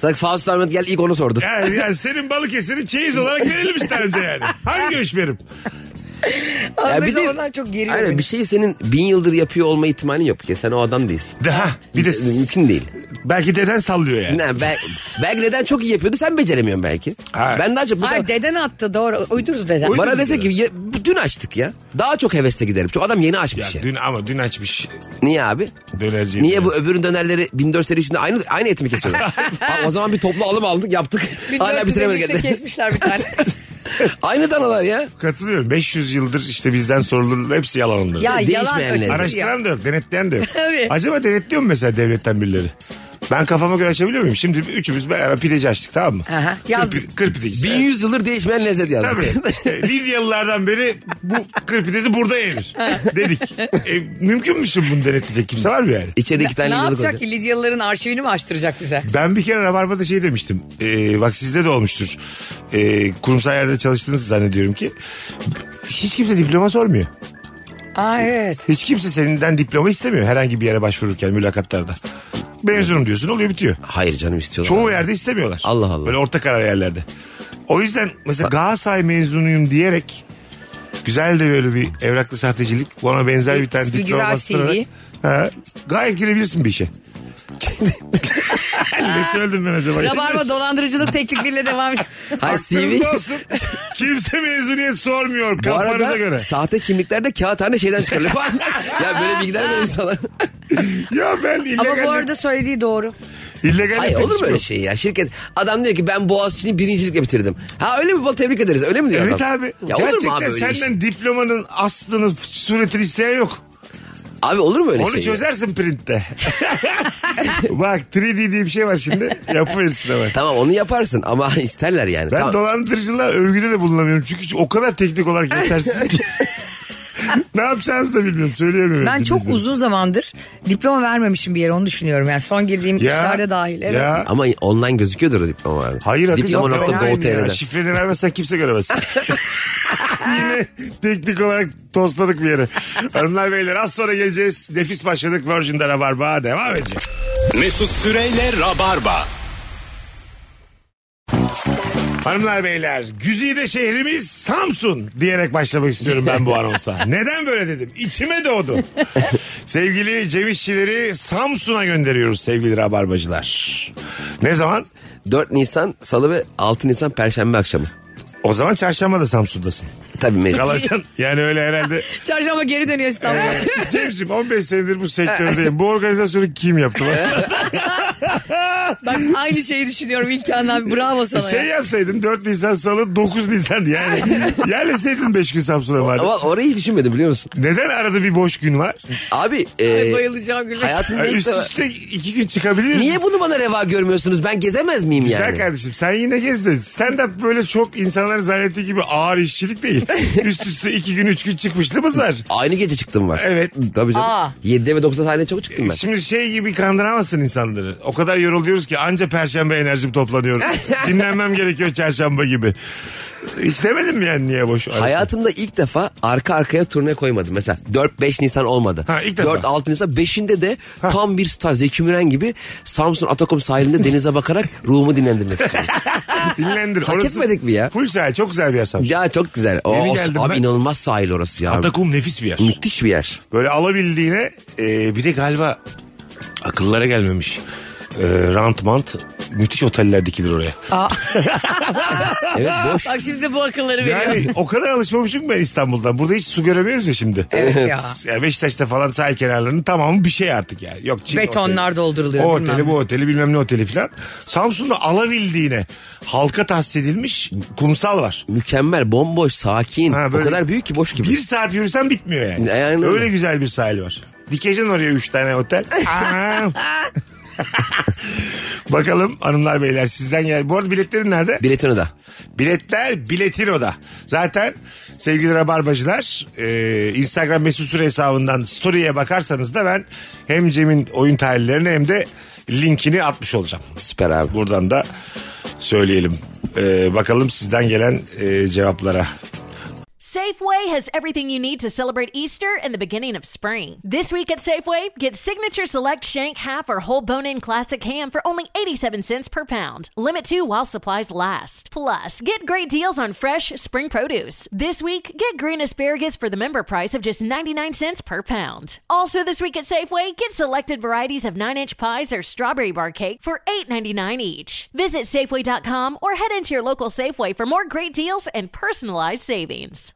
Speaker 6: Sanki Faust Ahmet gel ilk onu sordu.
Speaker 4: yani, yani senin Balıkesir'in çeyiz olarak verilmiş daha önce yani. Hangi höşberim?
Speaker 5: Ama
Speaker 6: Ya
Speaker 5: mesela onlar çok geriyor
Speaker 6: Aynen,
Speaker 5: beni.
Speaker 6: bir şey- şeyi senin bin yıldır yapıyor olma ihtimalin yok. Ya sen o adam değilsin.
Speaker 4: Daha bir de
Speaker 6: Mümkün değil.
Speaker 4: belki deden sallıyor yani.
Speaker 6: Ne, bel- belki neden çok iyi yapıyordu sen beceremiyorsun belki.
Speaker 4: Hayır.
Speaker 6: Ben daha çok mesela
Speaker 5: Ay deden attı doğru. Uyduruz deden.
Speaker 4: Uy-
Speaker 6: bana dese ki ya, dün açtık ya. Daha çok hevesle giderim. Çünkü adam yeni
Speaker 4: Ya
Speaker 5: şey.
Speaker 6: açmış ya.
Speaker 4: dün ama dün açmış
Speaker 6: Niye abi?
Speaker 4: dönerciyi.
Speaker 6: Niye bu öbürün dönerleri 1400'leri içinde aynı aynı et mi kesiyorlar? Ha, o zaman bir toplu alım aldık yaptık. Hala
Speaker 5: 1453'te
Speaker 4: şey
Speaker 6: bitiremedik.
Speaker 5: kesmişler bir tane.
Speaker 6: aynı danalar ya.
Speaker 4: Katılıyorum. 500 yıldır işte bizden sorulur. Hepsi yalan onların.
Speaker 5: ya yalan
Speaker 6: Değişmeyenler.
Speaker 5: ötesi ya.
Speaker 4: Araştıran da yok, denetleyen de yok.
Speaker 5: Tabii.
Speaker 4: Acaba denetliyor mu mesela devletten birileri? Ben kafama göre açabiliyor muyum? Şimdi üçümüz beraber pideci açtık tamam mı?
Speaker 5: Aha, yazdık.
Speaker 4: Kır, pi- kır pidecisi.
Speaker 6: 1100 yıldır değişmeyen lezzet yazdık.
Speaker 4: Tabii. İşte Lidyalılardan beri bu kır pidesi burada yenir dedik. E, mümkün mü şimdi bunu denetleyecek kimse var mı yani?
Speaker 6: İçeride iki tane
Speaker 5: Ne
Speaker 6: yıllık
Speaker 5: yapacak
Speaker 6: olacak.
Speaker 5: ki Lidyalıların arşivini mi açtıracak bize?
Speaker 4: Ben bir kere Rabarba'da şey demiştim. Ee, bak sizde de olmuştur. Ee, kurumsal yerde çalıştığınızı zannediyorum ki. Hiç kimse diploma sormuyor.
Speaker 5: Aa evet.
Speaker 4: Hiç kimse seninden diploma istemiyor herhangi bir yere başvururken mülakatlarda. Mezunum diyorsun oluyor bitiyor.
Speaker 6: Hayır canım istiyorlar.
Speaker 4: Çoğu yerde istemiyorlar.
Speaker 6: Allah Allah.
Speaker 4: Böyle orta karar yerlerde. O yüzden mesela Galatasaray mezunuyum diyerek güzel de böyle bir evraklı sahtecilik ona benzer bir tane
Speaker 5: Bir
Speaker 4: diploma
Speaker 5: güzel
Speaker 4: bastırarak-
Speaker 5: CV.
Speaker 4: Ha, gayet girebilirsin bir işe. ne söyledim ben acaba?
Speaker 5: Rabarba dolandırıcılık teklifleriyle devam ediyor.
Speaker 6: Hayır CV.
Speaker 4: Aklınızda olsun. Kimse mezuniyet sormuyor
Speaker 6: Bu
Speaker 4: kafanıza
Speaker 6: arada
Speaker 4: göre.
Speaker 6: sahte kimliklerde kağıthane şeyden çıkarılıyor. ya böyle bilgiler veriyor sana.
Speaker 4: Ya ben illegal
Speaker 5: Ama bu arada söylediği doğru.
Speaker 4: İllegal
Speaker 6: Hayır
Speaker 4: esnek
Speaker 6: olur mu
Speaker 4: hiç
Speaker 6: öyle
Speaker 4: yok.
Speaker 6: şey ya? Şirket adam diyor ki ben Boğaziçi'ni birincilikle bitirdim. Ha öyle mi? Vallahi tebrik ederiz. Öyle mi diyor
Speaker 4: Evet
Speaker 6: adam?
Speaker 4: abi.
Speaker 6: Ya olur mu
Speaker 4: Gerçekten
Speaker 6: abi öyle
Speaker 4: senden
Speaker 6: şey?
Speaker 4: diplomanın aslını, suretini isteyen yok.
Speaker 6: Abi olur mu öyle
Speaker 4: Onu
Speaker 6: şey? ya?
Speaker 4: çözersin printte. Bak 3D diye bir şey var şimdi. Yapıverirsin hemen.
Speaker 6: Tamam onu yaparsın ama isterler yani.
Speaker 4: Ben
Speaker 6: tamam.
Speaker 4: dolandırıcılığa övgüde de bulunamıyorum. Çünkü o kadar teknik olarak yetersiz ki. ne yapacağınızı da bilmiyorum. Söyleyemiyorum.
Speaker 5: Ben çok
Speaker 4: dinleyicilere.
Speaker 5: uzun zamandır diploma vermemişim bir yere onu düşünüyorum. Yani son girdiğim
Speaker 4: Ya,
Speaker 5: işlerde dahil. Evet.
Speaker 4: Ya.
Speaker 6: Ama online gözüküyordur o diplomalar.
Speaker 4: Hayır hakikaten online ya.
Speaker 6: Diploma.go.tr'den.
Speaker 4: Şifreni vermezsen kimse göremez. Yine teknik olarak tostladık bir yere. Hanımlar beyler az sonra geleceğiz. Nefis başladık Virgin'de Rabarba devam edecek.
Speaker 3: Mesut Süreyle Rabarba.
Speaker 4: Hanımlar beyler güzide şehrimiz Samsun diyerek başlamak istiyorum ben bu anonsa. Neden böyle dedim? İçime doğdu. sevgili Cem İşçileri Samsun'a gönderiyoruz sevgili Rabarbacılar. Ne zaman?
Speaker 6: 4 Nisan Salı ve 6 Nisan Perşembe akşamı.
Speaker 4: O zaman çarşamba da Samsun'dasın.
Speaker 6: Tabii mecbur.
Speaker 4: Kalacaksın. Yani öyle herhalde.
Speaker 5: Çarşamba geri dönüyor İstanbul'a.
Speaker 4: Ee, Cem'ciğim 15 senedir bu sektördeyim. Bu organizasyonu kim yaptı? lan?
Speaker 5: Bak aynı şeyi düşünüyorum İlkan abi. Bravo sana
Speaker 4: şey
Speaker 5: ya.
Speaker 4: yapsaydın 4 Nisan salı 9 Nisan yani. Yerleşseydin 5 gün Samsun'a madem.
Speaker 6: Ama orayı hiç düşünmedim biliyor musun?
Speaker 4: Neden arada bir boş gün var?
Speaker 6: Abi e,
Speaker 5: Bayılacağım gülmek.
Speaker 6: hayatında ilk
Speaker 4: Üst
Speaker 6: defa-
Speaker 4: üste iki gün çıkabilir
Speaker 6: Niye bunu bana reva görmüyorsunuz? Ben gezemez miyim
Speaker 4: Güzel
Speaker 6: yani?
Speaker 4: kardeşim sen yine gez de stand up böyle çok insanlar zannettiği gibi ağır işçilik değil. Üst üste iki gün üç gün çıkmışlığımız var.
Speaker 6: Aynı gece çıktım var.
Speaker 4: Evet.
Speaker 6: Tabii canım.
Speaker 5: Aa.
Speaker 6: 7'de ve 9'da sahneye çok çıktım ben.
Speaker 4: Şimdi şey gibi kandıramazsın insanları. O kadar yoruluyoruz ki anca perşembe enerjim toplanıyor. Dinlenmem gerekiyor çarşamba gibi. Hiç demedim mi yani niye boş? arası?
Speaker 6: Hayatımda ilk defa arka arkaya turne koymadım. Mesela 4-5 Nisan olmadı.
Speaker 4: Ha, ilk defa.
Speaker 6: 4-6 Nisan. 5'inde de tam bir star Zeki Müren gibi Samsun Atakum sahilinde denize bakarak ruhumu dinlendirmek istiyorum.
Speaker 4: Dinlendir.
Speaker 6: Hak etmedik mi ya?
Speaker 4: Full sahil çok güzel bir yer Samsun.
Speaker 6: ya çok güzel. O,
Speaker 4: Yeni geldim
Speaker 6: abi
Speaker 4: ben.
Speaker 6: inanılmaz sahil orası ya.
Speaker 4: Atakum nefis bir yer.
Speaker 6: Müthiş bir yer.
Speaker 4: Böyle alabildiğine e, bir de galiba akıllara gelmemiş. E, rant mant müthiş oteller dikilir oraya.
Speaker 6: Evet boş.
Speaker 5: Bak şimdi bu akılları veriyor.
Speaker 4: Yani o kadar alışmamışım ki ben İstanbul'da. Burada hiç su göremiyoruz ya şimdi.
Speaker 5: Evet ya.
Speaker 4: Ya Beşiktaş'ta falan sahil kenarlarının tamamı bir şey artık yani. Yok Çin
Speaker 5: Betonlar
Speaker 4: oteli.
Speaker 5: dolduruluyor,
Speaker 4: O
Speaker 5: bilmem
Speaker 4: oteli
Speaker 5: ne.
Speaker 4: bu oteli bilmem ne oteli falan. Samsun'da alabildiğine halka tahsis edilmiş kumsal var.
Speaker 6: Mükemmel, bomboş, sakin.
Speaker 4: Ha, böyle
Speaker 6: o kadar büyük ki boş gibi.
Speaker 4: Bir saat yürüsen bitmiyor yani.
Speaker 6: E, aynen
Speaker 4: Öyle
Speaker 6: öyle.
Speaker 4: güzel bir sahil var. Dikeceksin oraya üç tane otel. Aa. Bakalım hanımlar beyler sizden gel. Bu arada biletlerin nerede?
Speaker 6: Biletini de.
Speaker 4: Biletler Biletino'da. Zaten sevgili Rabarbacılar e, Instagram mesut süre hesabından story'e bakarsanız da ben hem Cem'in oyun tarihlerini hem de linkini atmış olacağım.
Speaker 6: Süper abi.
Speaker 4: Buradan da söyleyelim. E, bakalım sizden gelen e, cevaplara.
Speaker 1: Safeway has everything you need to celebrate Easter and the beginning of spring. This week at Safeway, get Signature Select Shank Half or Whole Bone In Classic Ham for only 87 cents per pound. Limit 2 while supplies last. Plus, get great deals on fresh spring produce. This week, get green asparagus for the member price of just 99 cents per pound. Also this week at Safeway, get selected varieties of 9-inch pies or strawberry bar cake for $8.99 each. Visit safeway.com or head into your local Safeway for more great deals and personalized savings.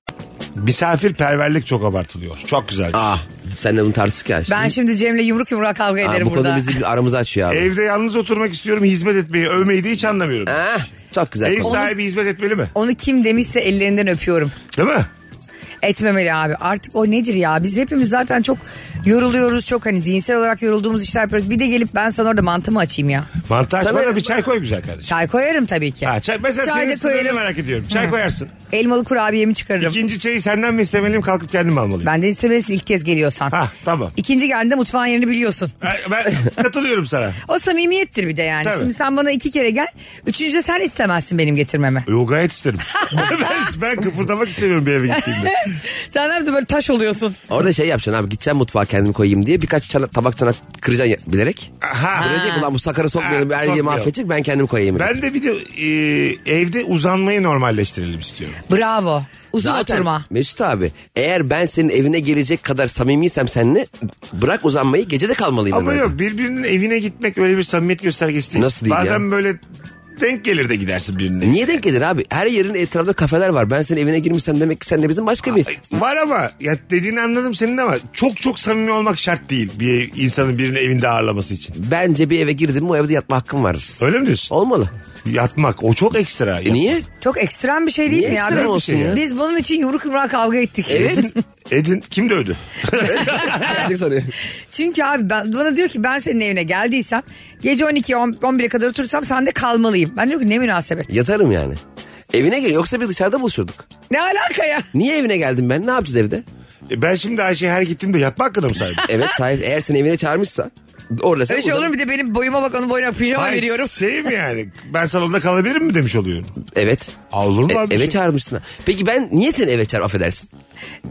Speaker 4: Misafirperverlik çok abartılıyor. Çok güzel.
Speaker 6: Ah, senle bunu tartıştık ya.
Speaker 5: Ben şimdi Cem'le yumruk yumruğa kavga
Speaker 6: Aa,
Speaker 5: ederim
Speaker 6: bu
Speaker 5: burada.
Speaker 6: konu bizi bir aramızı açıyor abi.
Speaker 4: Evde yalnız oturmak istiyorum hizmet etmeyi övmeyi de hiç anlamıyorum.
Speaker 6: Ah, çok güzel.
Speaker 4: Ev
Speaker 6: konu.
Speaker 4: sahibi hizmet etmeli mi?
Speaker 5: Onu kim demişse ellerinden öpüyorum.
Speaker 4: Değil mi?
Speaker 5: Etmemeli abi. Artık o nedir ya? Biz hepimiz zaten çok yoruluyoruz. Çok hani zihinsel olarak yorulduğumuz işler yapıyoruz. Bir de gelip ben sana orada mantımı açayım ya.
Speaker 4: Mantı açmana
Speaker 6: Sana-
Speaker 4: da bir çay koy güzel kardeşim.
Speaker 5: Çay koyarım tabii ki.
Speaker 4: Ha, çay, mesela
Speaker 5: Çay da
Speaker 4: senin sınırını
Speaker 5: koyarım.
Speaker 4: merak ediyorum. Çay koyarsın.
Speaker 5: Elmalı kurabiyemi çıkarırım.
Speaker 4: İkinci çayı senden mi istemeliyim kalkıp kendim mi almalıyım?
Speaker 5: Benden istemezsin ilk kez geliyorsan.
Speaker 4: Ha tamam.
Speaker 5: İkinci geldiğinde mutfağın yerini biliyorsun.
Speaker 4: Ben, ben katılıyorum sana.
Speaker 5: O samimiyettir bir de yani.
Speaker 4: Tabii.
Speaker 5: Şimdi sen bana iki kere gel. Üçüncüde sen istemezsin benim getirmeme.
Speaker 4: Yo gayet isterim. ben, ben kıpırdamak istemiyorum bir eve gittiğimde.
Speaker 5: Sen ne yaptın böyle taş oluyorsun.
Speaker 6: Orada şey yapacaksın abi gideceğim mutfağa kendimi koyayım diye birkaç çana, tabak çanak kıracaksın ya- bilerek.
Speaker 4: Aha.
Speaker 6: Görecek ulan bu sakarı sokmayalım
Speaker 4: Ha,
Speaker 6: her yeri
Speaker 4: sokmayalım.
Speaker 6: mahvedecek ben kendimi koyayım.
Speaker 4: Ben de bir de e, evde uzanmayı normalleştirelim istiyorum.
Speaker 5: Bravo. Uzun oturma.
Speaker 6: Mesut abi eğer ben senin evine gelecek kadar samimiysem seninle bırak uzanmayı gecede kalmalıyım. ben
Speaker 4: Ama
Speaker 6: orada.
Speaker 4: yok birbirinin evine gitmek öyle bir samimiyet göstergesi değil.
Speaker 6: Nasıl değil
Speaker 4: Bazen
Speaker 6: ya?
Speaker 4: böyle Denk gelir de gidersin birine.
Speaker 6: Niye denk gelir abi? Her yerin etrafında kafeler var. Ben senin evine girmişsem demek ki sen de bizim başka bir...
Speaker 4: Var ama ya dediğini anladım senin ama çok çok samimi olmak şart değil bir insanın birini evinde ağırlaması için.
Speaker 6: Bence bir eve girdim mi o evde yatma hakkım var.
Speaker 4: Öyle mi diyorsun?
Speaker 6: Olmalı.
Speaker 4: Yatmak o çok ekstra.
Speaker 6: E niye?
Speaker 5: Çok ekstrem bir şey değil
Speaker 6: Niye
Speaker 5: mi ya?
Speaker 6: ekstrem
Speaker 5: Biz-
Speaker 6: olsun ya?
Speaker 5: Biz bunun için yumruk yumruğa kavga ettik.
Speaker 6: Evet.
Speaker 4: Edin kim dövdü?
Speaker 6: Gerçek sanıyor.
Speaker 5: Çünkü abi ben, bana diyor ki ben senin evine geldiysem gece 12 on- 11'e kadar otursam sende kalmalıyım. Ben diyorum ki ne münasebet.
Speaker 6: Yatarım yani. Evine gel yoksa biz dışarıda buluşurduk.
Speaker 5: Ne alaka ya?
Speaker 6: Niye evine geldim ben? Ne yapacağız evde?
Speaker 4: E ben şimdi Ayşe her gittiğimde yatma hakkına mı sahibim?
Speaker 6: Evet sahip eğer seni evine çağırmışsa orada sen
Speaker 5: Öyle şey
Speaker 6: uzan.
Speaker 5: olur mu? bir de benim boyuma bak onun boyuna pijama
Speaker 4: Ay,
Speaker 5: veriyorum.
Speaker 4: Şey mi yani ben salonda kalabilirim mi demiş oluyorum.
Speaker 6: E, Evet.
Speaker 4: Aa, olur mu
Speaker 6: E-
Speaker 4: abi?
Speaker 6: eve
Speaker 4: Şey-
Speaker 6: çağırmışsın. Peki ben niye seni eve çağır affedersin?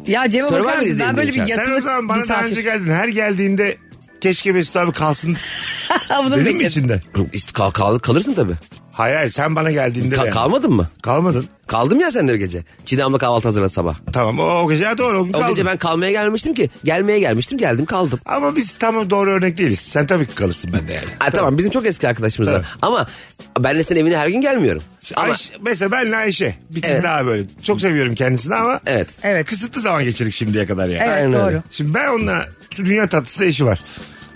Speaker 5: Ya Cem'e
Speaker 6: Survivor
Speaker 5: bakar mısın? Ben
Speaker 6: izleyelim
Speaker 5: böyle bir
Speaker 6: diyor
Speaker 5: yatılı
Speaker 4: Sen o zaman bana daha
Speaker 5: misafir.
Speaker 4: önce geldin. Her geldiğinde keşke Mesut abi kalsın
Speaker 5: Bunu
Speaker 4: dedin mi
Speaker 5: bekledim.
Speaker 4: içinden?
Speaker 6: İşte kal, kal- kalırsın tabii.
Speaker 4: Hayır hayır sen bana geldiğinde
Speaker 6: Ka-
Speaker 4: de yani.
Speaker 6: kalmadın mı?
Speaker 4: Kalmadın.
Speaker 6: Kaldım ya sen de bir gece. Çiğdem'le kahvaltı hazırladı sabah.
Speaker 4: Tamam o, o gece ha, doğru o gün
Speaker 6: O
Speaker 4: kaldın.
Speaker 6: gece ben kalmaya gelmiştim ki. Gelmeye gelmiştim geldim kaldım.
Speaker 4: Ama biz tam doğru örnek değiliz. Sen tabii ki kalırsın bende yani.
Speaker 6: Ha, tamam bizim çok eski arkadaşımız var. Ama ben de senin evine her gün gelmiyorum. Ama
Speaker 4: Ayşe, mesela benle Ayşe. Bir tane
Speaker 6: Evet.
Speaker 4: daha böyle. Çok seviyorum kendisini ama.
Speaker 6: Evet.
Speaker 5: Evet.
Speaker 4: Kısıtlı zaman geçirdik şimdiye kadar yani.
Speaker 5: Evet
Speaker 6: Aynen öyle.
Speaker 5: doğru.
Speaker 4: Şimdi ben onunla şu dünya tatlısı da eşi var.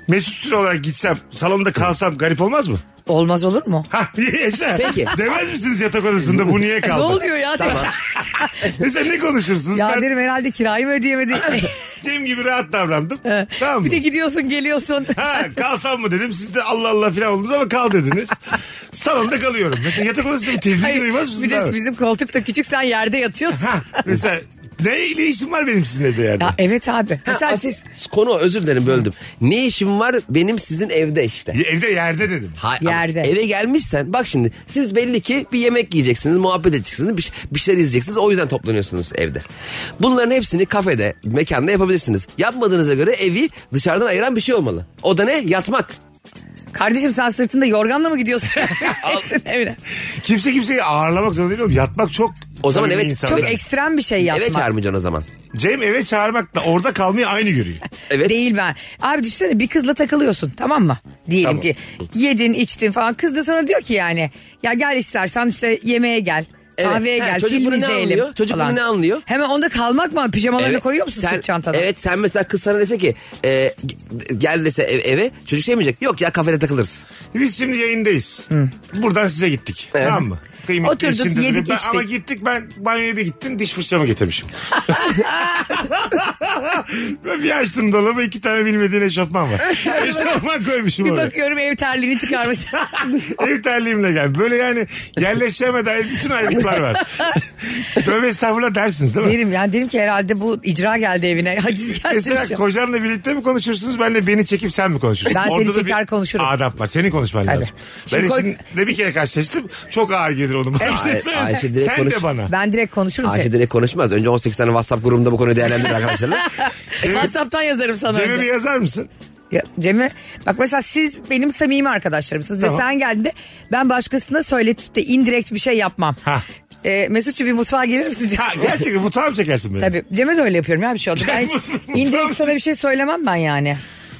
Speaker 4: Mesut Süre olarak gitsem salonda kalsam garip olmaz mı?
Speaker 5: Olmaz olur mu?
Speaker 4: Ha yaşa.
Speaker 6: Peki.
Speaker 4: Demez misiniz yatak odasında bu niye
Speaker 5: Ne
Speaker 4: kaldı?
Speaker 5: oluyor ya?
Speaker 4: Mesela ne konuşursunuz?
Speaker 5: ya
Speaker 4: ben
Speaker 5: derim herhalde kirayı mı ödeyemedi?
Speaker 4: Cem gibi rahat davrandım. tamam mı?
Speaker 5: Ee, bir de gidiyorsun geliyorsun.
Speaker 4: Ha, kalsam mı dedim. Siz de Allah Allah filan oldunuz ama kal dediniz. Salonda kalıyorum. Mesela yatak odasında bir tehdit
Speaker 5: Hayır,
Speaker 4: duymaz mısınız?
Speaker 5: bir de
Speaker 4: abi?
Speaker 5: bizim koltuk da küçük sen yerde yatıyorsun.
Speaker 4: Ha, mesela ne ile işim var benim sizin evde yerde?
Speaker 5: ya evet abi.
Speaker 6: Ha,
Speaker 5: Mesela
Speaker 6: asıl konu o, özür dilerim böldüm. Ne işim var benim sizin evde işte.
Speaker 4: Ya Evde yerde dedim.
Speaker 6: Hay- ama
Speaker 5: Yerde.
Speaker 6: Eve gelmişsen bak şimdi siz belli ki bir yemek yiyeceksiniz, muhabbet edeceksiniz, bir, bir şeyler izleyeceksiniz. O yüzden toplanıyorsunuz evde. Bunların hepsini kafede, mekanda yapabilirsiniz. Yapmadığınıza göre evi dışarıdan ayıran bir şey olmalı. O da ne? Yatmak.
Speaker 5: kardeşim sen sırtında yorganla mı gidiyorsun? Evine.
Speaker 4: Kimse kimseyi ağırlamak zorunda değil oğlum. Yatmak çok
Speaker 6: O zaman
Speaker 4: samimi
Speaker 6: evet,
Speaker 4: insanlar.
Speaker 5: Çok ekstrem bir şey
Speaker 6: Eve
Speaker 5: yapmak.
Speaker 6: çağırmayacaksın o zaman.
Speaker 4: Cem eve çağırmakla orada kalmayı aynı görüyor.
Speaker 6: Evet.
Speaker 5: Değil ben. Abi düşünsene bir kızla takılıyorsun tamam mı? Diyelim
Speaker 4: Tamam.
Speaker 5: ki yedin içtin falan. Kız da sana diyor ki yani ya gel istersen işte yemeğe gel.
Speaker 6: Evet.
Speaker 5: Kahveye
Speaker 6: Ha,
Speaker 5: gel
Speaker 6: çocuk
Speaker 5: film
Speaker 6: bunu ne
Speaker 5: izleyelim.
Speaker 6: anlıyor? Çocuk bunu
Speaker 5: falan.
Speaker 6: ne anlıyor?
Speaker 5: Hemen onda kalmak mı? Pijamalarını koyuyor musun
Speaker 6: sen-
Speaker 5: sırt çantana?
Speaker 6: Evet sen mesela kız sana dese ki e, gel dese ev- eve çocuk şey mi diyecek? Yok ya kafede takılırız.
Speaker 4: Biz şimdi yayındayız. Buradan size gittik.
Speaker 6: Evet.
Speaker 4: Tamam mı? Kıymetli
Speaker 5: Oturduk,
Speaker 4: işindir
Speaker 5: yedik,
Speaker 4: dedim. Ben-
Speaker 5: içtik.
Speaker 4: Ama gittik ben banyoya bir gittim diş fırçamı getirmişim. Böyle bir açtım dolabı iki tane bilmediğin eşofman var. eşofman koymuşum
Speaker 5: Bir
Speaker 4: oraya.
Speaker 5: bakıyorum ev terliğini çıkarmış.
Speaker 4: Ev terliğimle gel. Böyle yani yerleşeceğime dair bütün ayrıntılar var. Tövbe estağfurullah dersiniz değil mi?
Speaker 5: derim yani derim ki herhalde bu icra geldi evine. Haciz geldi.
Speaker 4: Mesela
Speaker 5: şu an.
Speaker 4: kocanla birlikte mi konuşursunuz? Benle beni çekip sen mi konuşursun?
Speaker 5: Ben seni
Speaker 4: Orada da
Speaker 5: çeker
Speaker 4: bir
Speaker 5: konuşurum.
Speaker 4: Adap var. Senin konuşman
Speaker 5: Tabii.
Speaker 4: lazım.
Speaker 5: Şimdi
Speaker 4: ben
Speaker 5: koy-
Speaker 4: eşinle bir kere karşılaştım. Çok ağır gelir onun. bana bir şey
Speaker 6: Ay-
Speaker 4: söylesen.
Speaker 6: Ayşe direkt
Speaker 4: sen de
Speaker 6: konuş.
Speaker 4: bana.
Speaker 5: Ben direkt konuşurum
Speaker 6: Ayşe
Speaker 5: seni.
Speaker 6: direkt konuşmaz. Önce 18 tane WhatsApp grubunda bu konuyu değerlendirir arkadaşlarla.
Speaker 5: WhatsApp'tan yazarım sana
Speaker 4: Cem'e
Speaker 5: önce.
Speaker 4: bir yazar mısın?
Speaker 5: Ya Cem'e bak mesela siz benim samimi arkadaşlarımsınız
Speaker 4: Tamam.
Speaker 5: ve sen geldiğinde ben başkasına söyletip de indirekt bir şey yapmam.
Speaker 4: Ha.
Speaker 5: Ee, Mesut'cu bir mutfağa gelir misin? Cem?
Speaker 4: Ha, gerçekten mutfağa mı çekersin beni?
Speaker 5: Tabii Cem'e de öyle yapıyorum ya bir şey oldu. Ben hiç
Speaker 4: Mutfağa mı
Speaker 5: indirekt sana
Speaker 4: çek-
Speaker 5: bir şey söylemem ben yani.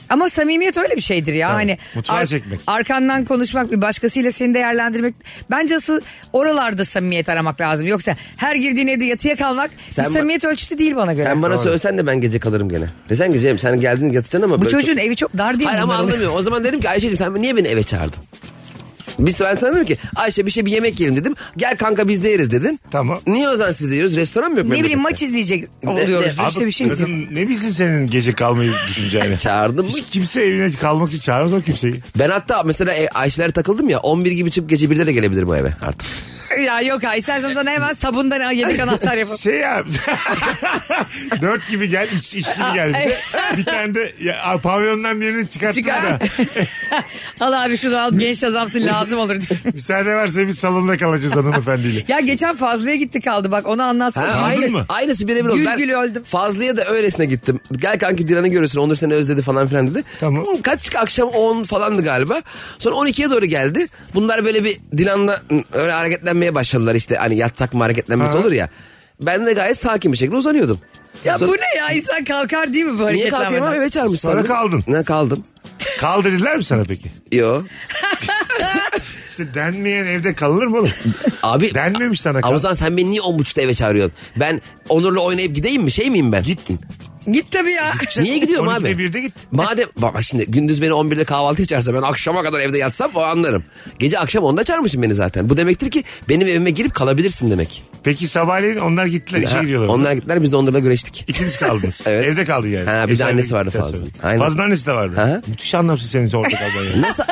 Speaker 5: Ama samimiyet öyle bir şeydir ya. Hani
Speaker 4: Mutfağa çekmek.
Speaker 5: Arkandan konuşmak, bir başkasıyla seni değerlendirmek. Bence asıl oralarda samimiyet aramak lazım. Yoksa her girdiğin evde yatıya kalmak
Speaker 6: Sen
Speaker 5: bir
Speaker 6: ba-
Speaker 5: samimiyet ölçütü değil bana göre.
Speaker 6: Sen bana söylesen de ben gece kalırım gene. Desen ki Cem sen geldin yatacaksın ama...
Speaker 5: Bu
Speaker 6: böyle çok-
Speaker 5: çocuğun evi çok dar değil
Speaker 6: Hayır
Speaker 5: mi?
Speaker 6: ama
Speaker 5: bunların?
Speaker 6: anlamıyorum. O zaman dedim ki Ayşe'cim sen niye beni eve çağırdın? Biz ben sana dedim ki Ayşe bir şey bir yemek yiyelim dedim. Gel kanka biz de yeriz dedin.
Speaker 4: Tamam.
Speaker 6: Niye o zaman siz de yiyoruz? Restoran mı yok?
Speaker 5: Ne bileyim
Speaker 6: memlekette?
Speaker 5: maç izleyecek
Speaker 6: Ne-
Speaker 5: oluyoruz.
Speaker 6: ne-
Speaker 5: işte bir şey
Speaker 4: Kadın
Speaker 5: izliyor.
Speaker 4: ne bilsin senin gece kalmayı düşüneceğini?
Speaker 6: Çağırdım mı?
Speaker 4: Hiç kimse evine kalmak için çağırmaz o kimseyi.
Speaker 6: Ben hatta mesela e, Ayşe'lere takıldım ya 11 gibi çıkıp gece 1'de de gelebilirim bu eve artık.
Speaker 5: Ya yok ha istersen sana hemen sabundan yedek anahtar yapalım.
Speaker 4: Şey ya. Dört gibi gel iç, iç gibi gel. Bir de- Bir tane de ya, pavyondan birini çıkarttım
Speaker 5: Çıkar.
Speaker 4: da.
Speaker 5: al abi şunu al genç adamsın lazım olur diye.
Speaker 4: Müsaade varsa biz salonda kalacağız hanımefendiyle.
Speaker 5: Ya geçen Fazlı'ya gitti kaldı bak onu anlatsın.
Speaker 6: Ha,
Speaker 4: Kaldın
Speaker 6: aynı,
Speaker 4: mı?
Speaker 6: Aynısı birebir oldu.
Speaker 5: Gül
Speaker 6: Ben
Speaker 5: gül öldüm.
Speaker 6: Fazlı'ya da öylesine gittim. Gel kanki Dilan'ı görürsün. Onur seni özledi falan filan dedi.
Speaker 4: Tamam.
Speaker 6: Oğlum Kaç akşam 10 falandı galiba. Sonra 12'ye doğru geldi. Bunlar böyle bir Dilan'la ı, öyle hareketlenmeye başladılar işte. Hani yatsak mı hareketlenmesi olur ya. Ben de gayet sakin bir şekilde uzanıyordum.
Speaker 5: ya
Speaker 6: Sonra-
Speaker 5: bu ne ya insan kalkar değil mi bu
Speaker 6: Niye
Speaker 5: hareketlenmeden?
Speaker 6: kalkayım abi eve çağırmışsın.
Speaker 4: Sonra kaldın.
Speaker 6: Ne kaldım.
Speaker 4: Kal dediler mi sana peki?
Speaker 6: Yo.
Speaker 4: İşte denmeyen evde kalınır mı oğlum?
Speaker 6: Abi
Speaker 4: Denmemiş sana kal.
Speaker 6: Ama o zaman sen beni niye 10.30'da eve çağırıyorsun? Ben Onur'la oynayıp gideyim mi? Şey miyim ben?
Speaker 4: Git.
Speaker 5: Git tabii ya.
Speaker 6: Niye gidiyorum
Speaker 4: 12'de
Speaker 6: abi?
Speaker 4: 1'de git.
Speaker 6: Madem bak bak şimdi gündüz beni 11'de kahvaltı içerse ben akşama kadar evde yatsam o anlarım. Gece akşam 10'da çağırmışım beni zaten. Bu demektir ki benim evime girip kalabilirsin demek.
Speaker 4: Peki sabahleyin onlar gittiler işe
Speaker 6: Ha,
Speaker 4: gidiyorlar.
Speaker 6: onlar gittiler biz de Onur'la güreştik.
Speaker 4: İkiniz kaldınız.
Speaker 6: Evet.
Speaker 4: Evde kaldı yani.
Speaker 6: Ha, bir de
Speaker 4: Eşler
Speaker 6: annesi vardı
Speaker 4: gittikten
Speaker 6: Fazlın.
Speaker 4: sonra.
Speaker 6: Aynen.
Speaker 4: Fazlın annesi de vardı.
Speaker 6: Hı hı.
Speaker 4: Müthiş anlamsız senin orada kalman yani.
Speaker 6: Nasıl?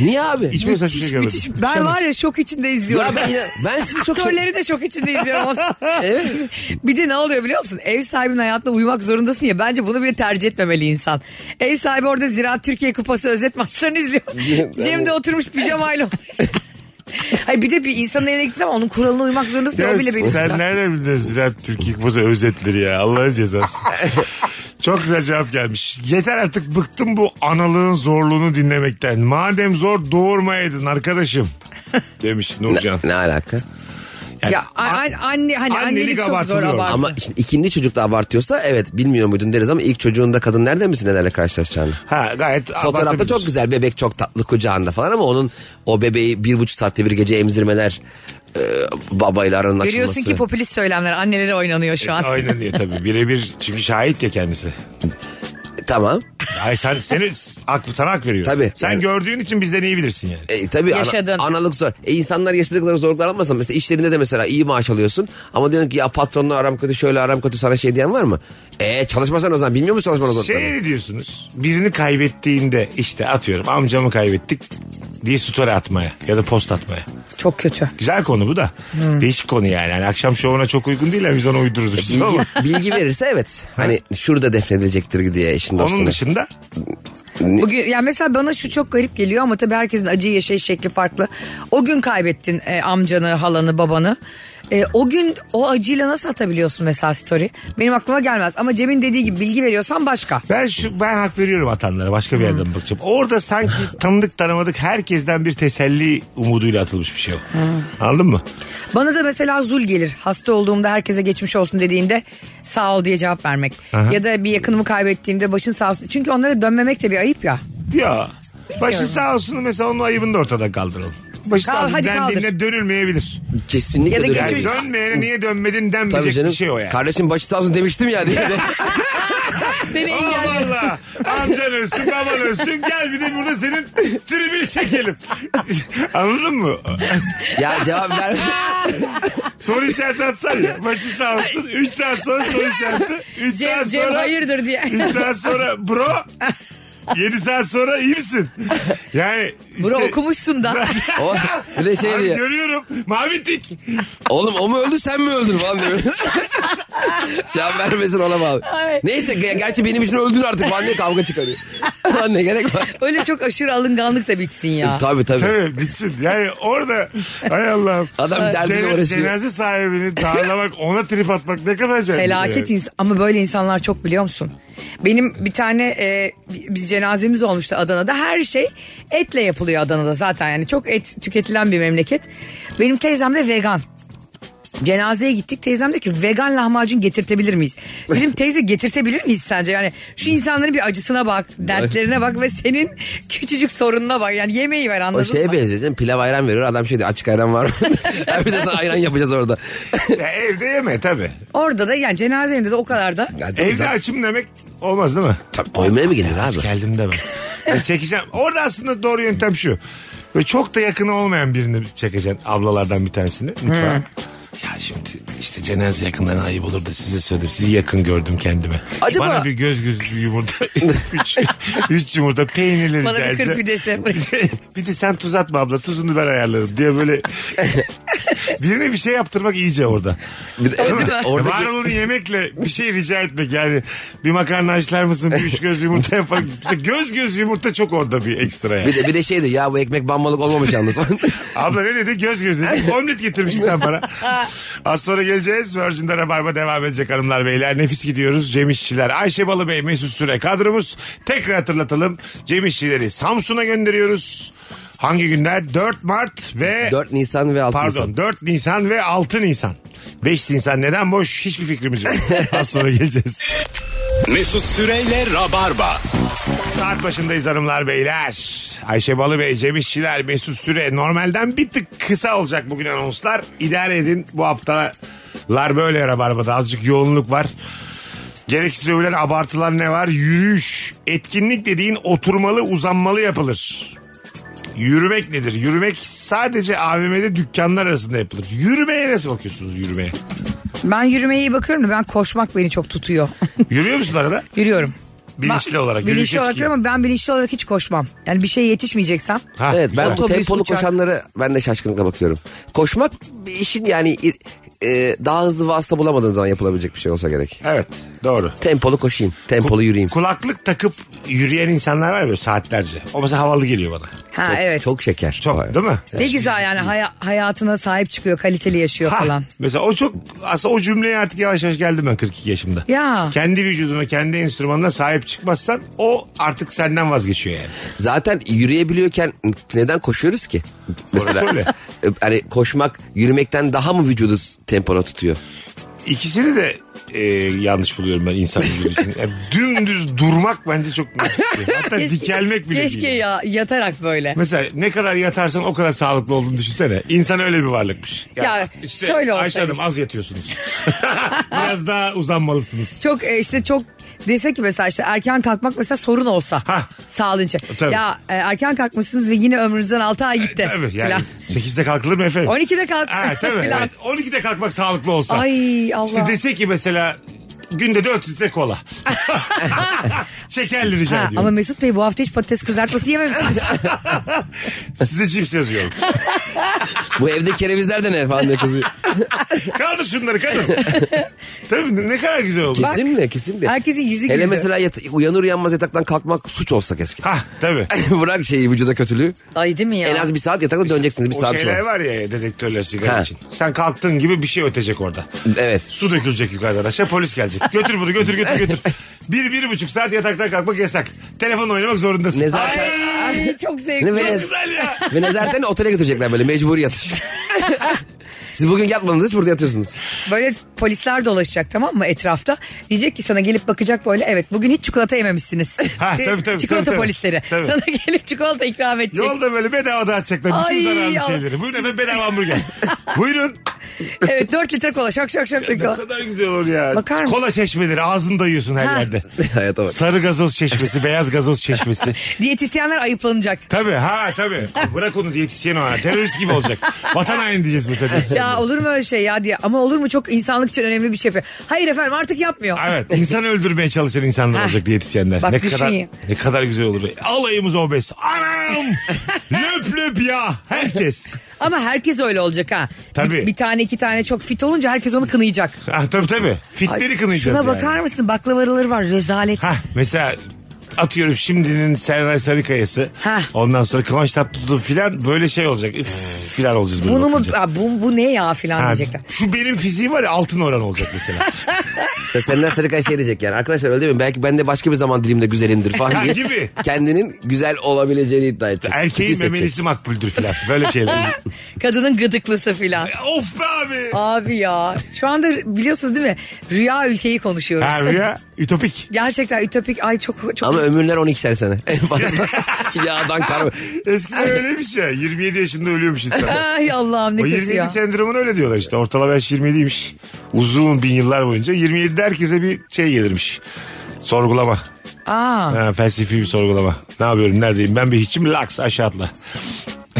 Speaker 6: Niye abi?
Speaker 4: Hiç böyle saçma şey görmedim.
Speaker 5: Müthiş. Ben var ya şok içinde izliyorum.
Speaker 6: Ya ben, yine- ben sizi çok
Speaker 5: Aktörleri de şok içinde izliyorum.
Speaker 6: Evet.
Speaker 5: şey- bir de ne oluyor biliyor musun? Ev sahibinin hayatına uymak zorundasın ya. Bence bunu bile tercih etmemeli insan. Ev sahibi orada Ziraat Türkiye Kupası özet maçlarını izliyor. Cem de oturmuş pijamayla. Hayır bir de bir insanın evine gitsen onun kuralına uymak zorundasın. ya,
Speaker 4: Ya
Speaker 5: o bile beni
Speaker 4: Sen
Speaker 5: sıkar.
Speaker 4: nereden biliyorsun Ziraat Türkiye Kupası özetleri ya Allah'ın cezası. Çok güzel cevap gelmiş. Yeter artık bıktım bu analığın zorluğunu dinlemekten. Madem zor doğurmayaydın arkadaşım. Demiş Nurcan.
Speaker 6: Ne alaka?
Speaker 4: Yani
Speaker 5: Ya a- a- anne hani
Speaker 4: Annelik
Speaker 5: annelik çok zor
Speaker 4: abartılıyor.
Speaker 5: abartı.
Speaker 6: Ama şimdi ikinci çocuk da abartıyorsa evet bilmiyor muydun deriz ama ilk çocuğunda kadın nerede misin nelerle karşılaşacağını?
Speaker 4: Ha gayet
Speaker 6: Fotoğrafta
Speaker 4: abartabilir.
Speaker 6: çok güzel bebek çok tatlı kucağında falan ama onun o bebeği bir buçuk saatte bir gece emzirmeler e, babayla aranın
Speaker 5: Görüyorsun
Speaker 6: açılması.
Speaker 5: ki popülist söylemler annelere oynanıyor şu an.
Speaker 4: Aynen diyor tabii. Birebir çünkü şahit ya kendisi.
Speaker 6: Tamam.
Speaker 4: Ay sen seni hak, sana hak veriyor.
Speaker 6: Tabii.
Speaker 4: Sen
Speaker 6: Yani-
Speaker 4: gördüğün için bizden iyi bilirsin yani.
Speaker 6: E, tabii ana-
Speaker 5: Yaşadın.
Speaker 6: analık zor. E, insanlar yaşadıkları zorluklar almasa mesela işlerinde de mesela iyi maaş alıyorsun ama diyorsun ki ya patronla aram kötü şöyle aram kötü sana şey diyen var mı? E çalışmasan o zaman bilmiyor musun çalışmanın zorluklarını?
Speaker 4: Şey ne diyorsunuz? Birini kaybettiğinde işte atıyorum amcamı kaybettik diye story atmaya ya da post atmaya.
Speaker 5: Çok kötü.
Speaker 4: Güzel konu bu da.
Speaker 5: Hmm.
Speaker 4: Değişik konu yani. Hani akşam şovuna çok uygun değil ama biz ona uydururuz. bir şey ama.
Speaker 6: E, Bilgi, bilgi verirse evet. Hani şurada defnedilecektir diye eşin dostuna.
Speaker 4: Onun dışında
Speaker 5: Bugün yani mesela bana şu çok garip geliyor ama tabii herkesin acıyı yaşayış şekli farklı. O gün kaybettin e, amcanı, halanı, babanı. E, o gün o acıyla nasıl atabiliyorsun mesela story? Benim aklıma gelmez ama Cem'in dediği gibi bilgi veriyorsan başka.
Speaker 4: ben şu ben hak veriyorum atanlara. Başka bir
Speaker 5: Hmm.
Speaker 4: yerden bakacağım. Orada sanki tanıdık tanımadık herkesten bir teselli umuduyla atılmış bir şey o.
Speaker 5: Hmm.
Speaker 4: Anladın mı?
Speaker 5: Bana da mesela zul gelir. Hasta olduğumda herkese geçmiş olsun dediğinde sağ ol diye cevap vermek.
Speaker 4: Aha.
Speaker 5: Ya da bir yakınımı kaybettiğimde başın sağ olsun. Çünkü onlara dönmemek de bir ayıp ya.
Speaker 4: Ya. Başı sağ olsun mesela onun ayıbını da ortadan kaldıralım. Başı
Speaker 5: Kal-
Speaker 4: sağ olsun
Speaker 5: hadi kaldır.
Speaker 4: dendiğinde dönülmeyebilir.
Speaker 6: Kesinlikle
Speaker 5: Ya da
Speaker 6: dönüyor.
Speaker 4: Yani
Speaker 5: Geçmiş-
Speaker 4: dönmeyene niye dönmedin
Speaker 6: Tabii
Speaker 4: denmeyecek
Speaker 6: canım.
Speaker 4: bir şey o yani.
Speaker 6: Kardeşim başı sağ olsun demiştim ya diye.
Speaker 5: Beni
Speaker 4: Aa valla. Amcan ölsün baban ölsün gel bir de burada senin tribini çekelim. Anladın mı?
Speaker 6: ya cevap ver.
Speaker 4: Soru işareti atsan ya. Başı sağ olsun. 3 saat sonra soru işareti. 3
Speaker 5: Cem,
Speaker 4: saat
Speaker 5: Cem
Speaker 4: sonra.
Speaker 5: hayırdır diye.
Speaker 4: 3 saat sonra bro. 7 saat sonra iyi misin? Yani işte.
Speaker 5: Bro okumuşsun da.
Speaker 6: O bir de şey
Speaker 4: Abi
Speaker 6: diyor.
Speaker 4: görüyorum. Mavi tik.
Speaker 6: Oğlum o mu öldü sen mi öldün falan diyor. Cevap vermesin ona bağlı.
Speaker 5: Ay.
Speaker 6: Neyse ge- gerçi benim için öldün artık falan diye kavga çıkarıyor. Lan ne gerek var?
Speaker 5: Öyle çok aşırı alınganlık da bitsin
Speaker 4: E,
Speaker 5: ya.
Speaker 6: Tabii tabii.
Speaker 4: Tabii bitsin. Yani orada hay Allah'ım.
Speaker 6: Adam derdiyle
Speaker 4: Cene-
Speaker 6: uğraşıyor.
Speaker 4: Cenaze sahibini darlamak ona trip atmak ne kadar acayip. bir şey
Speaker 5: Felaket
Speaker 4: yani.
Speaker 5: ins- ama böyle insanlar çok biliyor musun? Benim bir tane e, biz cenazemiz olmuştu Adana'da. Her şey etle yapılıyor Adana'da zaten yani çok et tüketilen bir memleket. Benim teyzem de vegan. Cenazeye gittik teyzem diyor ki vegan lahmacun getirtebilir miyiz? Dedim teyze getirtebilir miyiz sence? Yani şu insanların bir acısına bak, dertlerine bak ve senin küçücük sorununa bak. Yani yemeği ver
Speaker 6: O
Speaker 5: anladın
Speaker 6: şeye
Speaker 5: mı?
Speaker 6: benziyor canım, pilav ayran veriyor adam şey diyor açık ayran var mı? Ya bir de sana ayran yapacağız orada.
Speaker 4: Ya evde yeme tabii.
Speaker 5: Orada da yani cenazende de o kadar da
Speaker 6: Ya tabii,
Speaker 4: Evde açım demek olmaz değil mi?
Speaker 6: tabii, doymaya mı gelir
Speaker 4: Aç
Speaker 6: abi?
Speaker 4: geldim deme. Ya çekeceğim. Orada aslında doğru yöntem şu. Böyle çok da yakın olmayan birini çekeceksin ablalardan bir tanesini mutfağa. Ya şimdi işte cenaze yakınlarına ayıp olur da size söyledim. Sizi yakın gördüm kendime.
Speaker 6: Acaba-
Speaker 4: Bana bir göz göz yumurta, üç, üç yumurta peynirli
Speaker 5: bana
Speaker 4: rica
Speaker 5: bir kır
Speaker 4: edeceğim.
Speaker 5: pidesi.
Speaker 4: bir de sen tuz atma abla tuzunu ben ayarlarım diye böyle birine bir şey yaptırmak iyice orada. E
Speaker 6: Bir de, evet,
Speaker 5: Değil
Speaker 6: bir
Speaker 5: mi?
Speaker 6: de oradaki
Speaker 4: Var olun yemekle bir şey rica etmek yani bir makarna açlar mısın bir üç göz yumurta yapar İşte göz göz yumurta çok orada bir ekstra yani.
Speaker 6: bir de, bir de şey diyor ya bu ekmek bambalık olmamış yalnız.
Speaker 4: Abla ne dedi göz göz dedi omlet getirmişsin sen bana. Az sonra geleceğiz Virgin'de Rabarba devam edecek hanımlar beyler nefis gidiyoruz Cem İşçiler Ayşe Balıbey Mesut Süre kadromuz tekrar hatırlatalım Cem İşçileri Samsun'a gönderiyoruz. Hangi günler? 4 Mart ve
Speaker 6: 4 Nisan ve 6 Nisan.
Speaker 4: Pardon 4 Nisan ve 6 Nisan. 5 Nisan neden boş hiçbir fikrimiz yok. Az sonra geleceğiz.
Speaker 3: Mesut Süreyle Rabarba.
Speaker 4: Saat başındayız hanımlar beyler. Ayşe Balıbey, Cem İşçiler, Mesut Süre. Normalden bir tık kısa olacak bugün anonslar. İdare edin bu haftalar böyle rabarbada. Azıcık yoğunluk var. Gereksiz övülen abartılar ne var? Yürüyüş. Etkinlik dediğin oturmalı uzanmalı yapılır. Yürümek nedir? Yürümek sadece AVM'de dükkanlar arasında yapılır. Yürümeye nasıl bakıyorsunuz yürümeye?
Speaker 5: Ben yürümeye iyi bakıyorum da ben koşmak beni çok tutuyor.
Speaker 4: Yürüyor musun arada?
Speaker 5: Yürüyorum.
Speaker 4: Bilinçli
Speaker 5: Ba-
Speaker 4: olarak. yürüyüşe
Speaker 5: Bilinçli olarak
Speaker 4: çıkayım.
Speaker 5: ama ben bilinçli olarak hiç koşmam. Yani bir şeye yetişmeyeceksem.
Speaker 4: Ha,
Speaker 6: Evet ben
Speaker 5: güzel.
Speaker 6: bu tempolu
Speaker 5: Otobüs, uçak.
Speaker 6: koşanları ben de şaşkınlıkla bakıyorum. Koşmak bir işin yani e, daha hızlı vasıta bulamadığın zaman yapılabilecek bir şey olsa gerek.
Speaker 4: Evet doğru.
Speaker 6: Tempolu koşayım, tempolu yürüyeyim.
Speaker 4: Kulaklık takıp yürüyen insanlar var ya böyle saatlerce. O mesela havalı geliyor bana.
Speaker 5: Ha evet.
Speaker 6: Çok şeker.
Speaker 4: Çok
Speaker 6: Vay.
Speaker 4: değil mi?
Speaker 5: ne güzel yani haya- hayatına sahip çıkıyor, kaliteli yaşıyor
Speaker 4: Ha,
Speaker 5: falan.
Speaker 4: Mesela o çok aslında o cümleye artık yavaş yavaş geldim ben 42 yaşımda.
Speaker 5: Ya.
Speaker 4: Kendi vücuduna kendi enstrümanına sahip çıkmazsan o artık senden vazgeçiyor yani.
Speaker 6: Zaten yürüyebiliyorken neden koşuyoruz ki? Mesela
Speaker 4: öyle.
Speaker 6: e, hani koşmak yürümekten daha mı vücudu tempona tutuyor?
Speaker 4: İkisini de e, yanlış buluyorum ben insan vücudu için. Yani dümdüz durmak bence çok mantıklı. Hatta dikelmek bile
Speaker 5: Keşke
Speaker 4: değil.
Speaker 5: ya, yatarak böyle.
Speaker 4: Mesela ne kadar yatarsan o kadar sağlıklı olduğunu düşünsene. İnsan öyle bir varlıkmış.
Speaker 5: Ya şöyle olsaydı
Speaker 4: Ayşe Hanım
Speaker 5: işte."
Speaker 4: az yatıyorsunuz. Biraz daha uzanmalısınız.
Speaker 5: Çok e, işte çok dese ki mesela işte erken kalkmak mesela sorun olsa.
Speaker 4: Hah.
Speaker 5: Sağlığın için.
Speaker 4: Tabii.
Speaker 5: Ya e, erken kalkmışsınız ve yine ömrünüzden 6 ay gitti.
Speaker 4: Tabii yani
Speaker 5: Falan.
Speaker 4: 8'de kalkılır mı efendim?
Speaker 5: 12'de kalk.
Speaker 4: Ha, tabii.
Speaker 5: Falan.
Speaker 4: Evet. 12'de kalkmak sağlıklı olsa.
Speaker 5: Ay, Allah.
Speaker 4: İşte dese ki mesela günde 4 litre kola. Şekerli rica
Speaker 5: Ha, ama
Speaker 4: ediyorum.
Speaker 5: Mesut Bey bu hafta hiç patates kızartması yememişsiniz.
Speaker 4: Size cips yazıyorum.
Speaker 6: Bu evde kerevizler de ne falan diye kızıyor.
Speaker 4: Kaldır şunları kadın. tabii ne kadar güzel oldu.
Speaker 6: kesinlikle kesinlikle.
Speaker 5: Herkesin yüzü
Speaker 6: Hele
Speaker 5: güldü.
Speaker 6: mesela yata- uyanır uyanmaz yataktan kalkmak suç olsa keşke.
Speaker 4: Ha tabii.
Speaker 6: Bırak şeyi vücuda kötülüğü.
Speaker 5: Ay değil mi ya?
Speaker 6: En az bir saat yatakta döneceksiniz bir
Speaker 4: O
Speaker 6: saat
Speaker 4: şeyler
Speaker 6: sonra.
Speaker 4: var ya dedektörler sigara
Speaker 6: Ha.
Speaker 4: için. Sen kalktığın gibi bir şey ötecek orada.
Speaker 6: Evet.
Speaker 4: Su dökülecek yukarıdan aşağı polis gelecek. Götür bunu götür götür götür. Bir, bir buçuk saat yataktan kalkmak yasak. Telefonla oynamak zorundasın.
Speaker 6: Nezaket-
Speaker 4: Ay,
Speaker 5: Ay, çok
Speaker 6: Ne
Speaker 5: zevkli.
Speaker 6: ve,
Speaker 4: çok
Speaker 6: nez-
Speaker 4: güzel ya.
Speaker 6: ve nezareten otele götürecekler böyle mecbur yatış. Siz bugün yatmadınız burada yatıyorsunuz.
Speaker 5: Böyle polisler dolaşacak tamam mı etrafta. Diyecek ki sana gelip bakacak böyle evet bugün hiç çikolata yememişsiniz.
Speaker 4: Ha,
Speaker 5: De-
Speaker 4: tabii, tabii,
Speaker 5: çikolata
Speaker 4: tabii, tabii.
Speaker 5: polisleri.
Speaker 4: Tabii.
Speaker 5: Sana gelip çikolata ikram edecek.
Speaker 4: Yolda böyle bedava dağıtacaklar bütün
Speaker 5: Ay,
Speaker 4: zararlı
Speaker 5: Allah.
Speaker 4: şeyleri. Buyurun efendim bedava hamburger. Buyurun.
Speaker 5: Evet 4 litre kola şak şak şak.
Speaker 4: Ne kadar güzel olur ya.
Speaker 5: Bakar mısın?
Speaker 4: Kola çeşmeleri ağzını dayıyorsun her
Speaker 5: Ha.
Speaker 4: yerde.
Speaker 6: Hayata bak.
Speaker 4: Sarı gazoz çeşmesi, beyaz gazoz çeşmesi.
Speaker 5: Diyetisyenler ayıplanacak.
Speaker 4: Tabii ha tabii. Bırak onu diyetisyen o ha. Terörist gibi olacak. Vatan haini diyeceğiz mesela. diyetisyenlere.
Speaker 5: Ya olur mu öyle şey ya diye. Ama olur mu çok insanlık için önemli bir şey yapıyor. Hayır efendim artık yapmıyor.
Speaker 4: Evet insan öldürmeye çalışan insanlar
Speaker 5: Ha.
Speaker 4: olacak diyetisyenler.
Speaker 5: Bak
Speaker 4: ne
Speaker 5: düşün
Speaker 4: kadar
Speaker 5: ya.
Speaker 4: ne kadar güzel olur. Alayımız obez. Anam! löp löp ya herkes.
Speaker 5: Ama herkes öyle olacak ha.
Speaker 4: Tabii.
Speaker 5: Bir, bir tane iki tane çok fit olunca herkes onu kınayacak.
Speaker 4: Ha, tabii tabii. Fitleri
Speaker 5: Ay,
Speaker 4: kınayacağız
Speaker 5: Şuna
Speaker 4: yani.
Speaker 5: bakar mısın baklavaları var rezalet.
Speaker 4: Ha mesela atıyorum şimdinin Serray Sarıkaya'sı.
Speaker 5: Hah.
Speaker 4: Ondan sonra Kıvanç Tatlıtuğ filan böyle şey olacak. Üf filan olacağız. böyle
Speaker 5: Bunu mu
Speaker 4: bakınca.
Speaker 5: ha, bu, bu ne ya filan
Speaker 4: Ha,
Speaker 5: diyecekler.
Speaker 4: şu benim fiziğim var ya altın oran olacak mesela.
Speaker 6: Sen Serenay Sarıkaya şey diyecek yani. Arkadaşlar öyle değil mi? Belki ben de başka bir zaman dilimde güzelimdir
Speaker 4: Ha,
Speaker 6: falan diye.
Speaker 4: gibi.
Speaker 6: Kendinin güzel olabileceğini iddia edecek.
Speaker 4: Erkeğin
Speaker 6: Kötü hissedecek.
Speaker 4: memelisi makbuldür filan. Böyle şeyler.
Speaker 5: Kadının gıdıklısı filan.
Speaker 4: of be abi.
Speaker 5: Abi ya şu anda biliyorsunuz değil mi? Rüya ülkeyi konuşuyoruz.
Speaker 4: Her rüya ütopik.
Speaker 5: Gerçekten ütopik ay çok çok
Speaker 6: Ama ömürler 12'şer sene. En fazla. Yağdan kar.
Speaker 4: Eskiden öyleymiş ya. 27 yaşında ölüyormuş insan.
Speaker 5: Ay Allah'ım ne
Speaker 4: O
Speaker 5: kötü
Speaker 4: 27
Speaker 5: ya.
Speaker 4: sendromunu öyle diyorlar işte. Ortalama yaş 27'ymiş. Uzun bin yıllar boyunca 27'de herkese bir şey gelirmiş. Sorgulama.
Speaker 5: Aa,
Speaker 4: Ha, felsefi bir sorgulama. Ne yapıyorum neredeyim ben bir hiçim laks aşağı atla.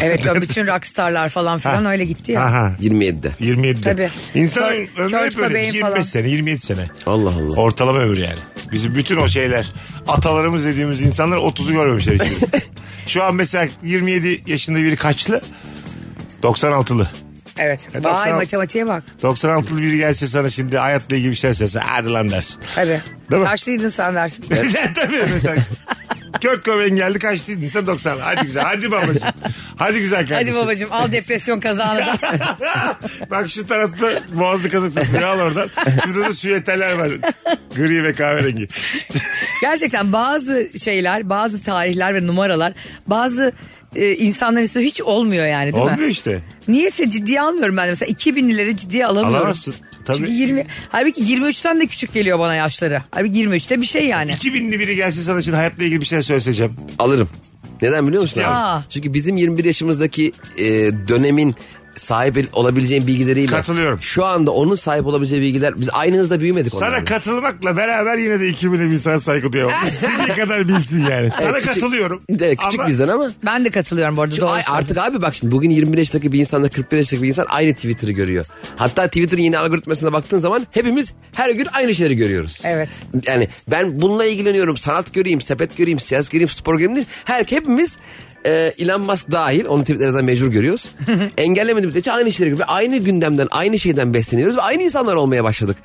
Speaker 5: evet o bütün rockstarlar falan filan öyle gitti ya.
Speaker 4: Aha.
Speaker 6: 27'de.
Speaker 4: 27'de.
Speaker 5: Tabii.
Speaker 4: İnsanın
Speaker 5: Kör-
Speaker 4: ömrü
Speaker 5: Kurt
Speaker 4: hep öyle.
Speaker 5: Cobain
Speaker 4: 25
Speaker 5: falan.
Speaker 4: sene 27 sene.
Speaker 6: Allah Allah.
Speaker 4: Ortalama ömür yani. Bizim bütün o şeyler atalarımız dediğimiz insanlar 30'u görmemişler işte. Şu an mesela 27 yaşında biri kaçlı? 96'lı.
Speaker 5: Evet.
Speaker 4: E,
Speaker 5: Vay
Speaker 4: 96
Speaker 5: matematiğe bak.
Speaker 4: 96'lı biri gelse sana şimdi hayatla ilgili bir şey söylese hadi lan dersin.
Speaker 5: Tabii.
Speaker 4: Değil mi?
Speaker 5: Kaçlıydın sen dersin.
Speaker 4: Tabii mesela. Kurt Cobain geldi kaçtıydın sen 90. Hadi güzel hadi babacığım. Hadi güzel kardeşim.
Speaker 5: Hadi babacığım al depresyon kazanı da.
Speaker 4: Bak şu tarafta boğazlı kazık satıyor al oradan. Şurada da süyeteler var. Gri ve kahverengi.
Speaker 5: Gerçekten bazı şeyler, bazı tarihler ve numaralar, bazı e, insanlar istiyor hiç olmuyor yani değil
Speaker 4: Olmuyor
Speaker 5: mi?
Speaker 4: işte.
Speaker 5: Niyeyse ciddiye almıyorum ben de. Mesela 2000 lira ciddiye alamıyorum.
Speaker 4: Alamazsın.
Speaker 5: Çünkü
Speaker 4: Tabii.
Speaker 5: 20, halbuki 23'ten de küçük geliyor bana yaşları. Halbuki 23'te bir şey yani.
Speaker 4: 2000'li biri gelse sana şimdi hayatla ilgili bir şey söyleyeceğim.
Speaker 6: Alırım. Neden biliyor musun?
Speaker 4: Ciddi
Speaker 6: abi?
Speaker 5: misin?
Speaker 6: Çünkü bizim 21 yaşımızdaki e, dönemin sahip el- olabileceğin bilgileriyle.
Speaker 4: Katılıyorum.
Speaker 6: Şu anda onun sahip olabileceği bilgiler. Biz aynı hızda büyümedik
Speaker 4: Sana
Speaker 6: onlarla.
Speaker 4: katılmakla beraber yine de 2000'e bir sana saygı duyamam. İstediği kadar bilsin yani. Sana
Speaker 6: Evet, küçük-
Speaker 4: katılıyorum.
Speaker 6: Evet, küçük
Speaker 4: ama
Speaker 6: bizden ama.
Speaker 5: Ben de katılıyorum bu arada. Doğru
Speaker 6: Ay, artık abi bak şimdi bugün 21 yaşındaki bir insanla 41 yaşındaki bir insan aynı Twitter'ı görüyor. Hatta Twitter'ın yeni algoritmasına baktığın zaman hepimiz her gün aynı şeyleri görüyoruz.
Speaker 5: Evet.
Speaker 6: Yani ben bununla ilgileniyorum. Sanat göreyim, sepet göreyim, siyaset göreyim, spor göreyim değil. Her hepimiz e, Elon Musk dahil onun tweetlerinden mecbur görüyoruz. Engellemediğimiz müddetçe aynı şeyleri görüyoruz. Ve Aynı gündemden, aynı şeyden besleniyoruz ve aynı insanlar olmaya başladık.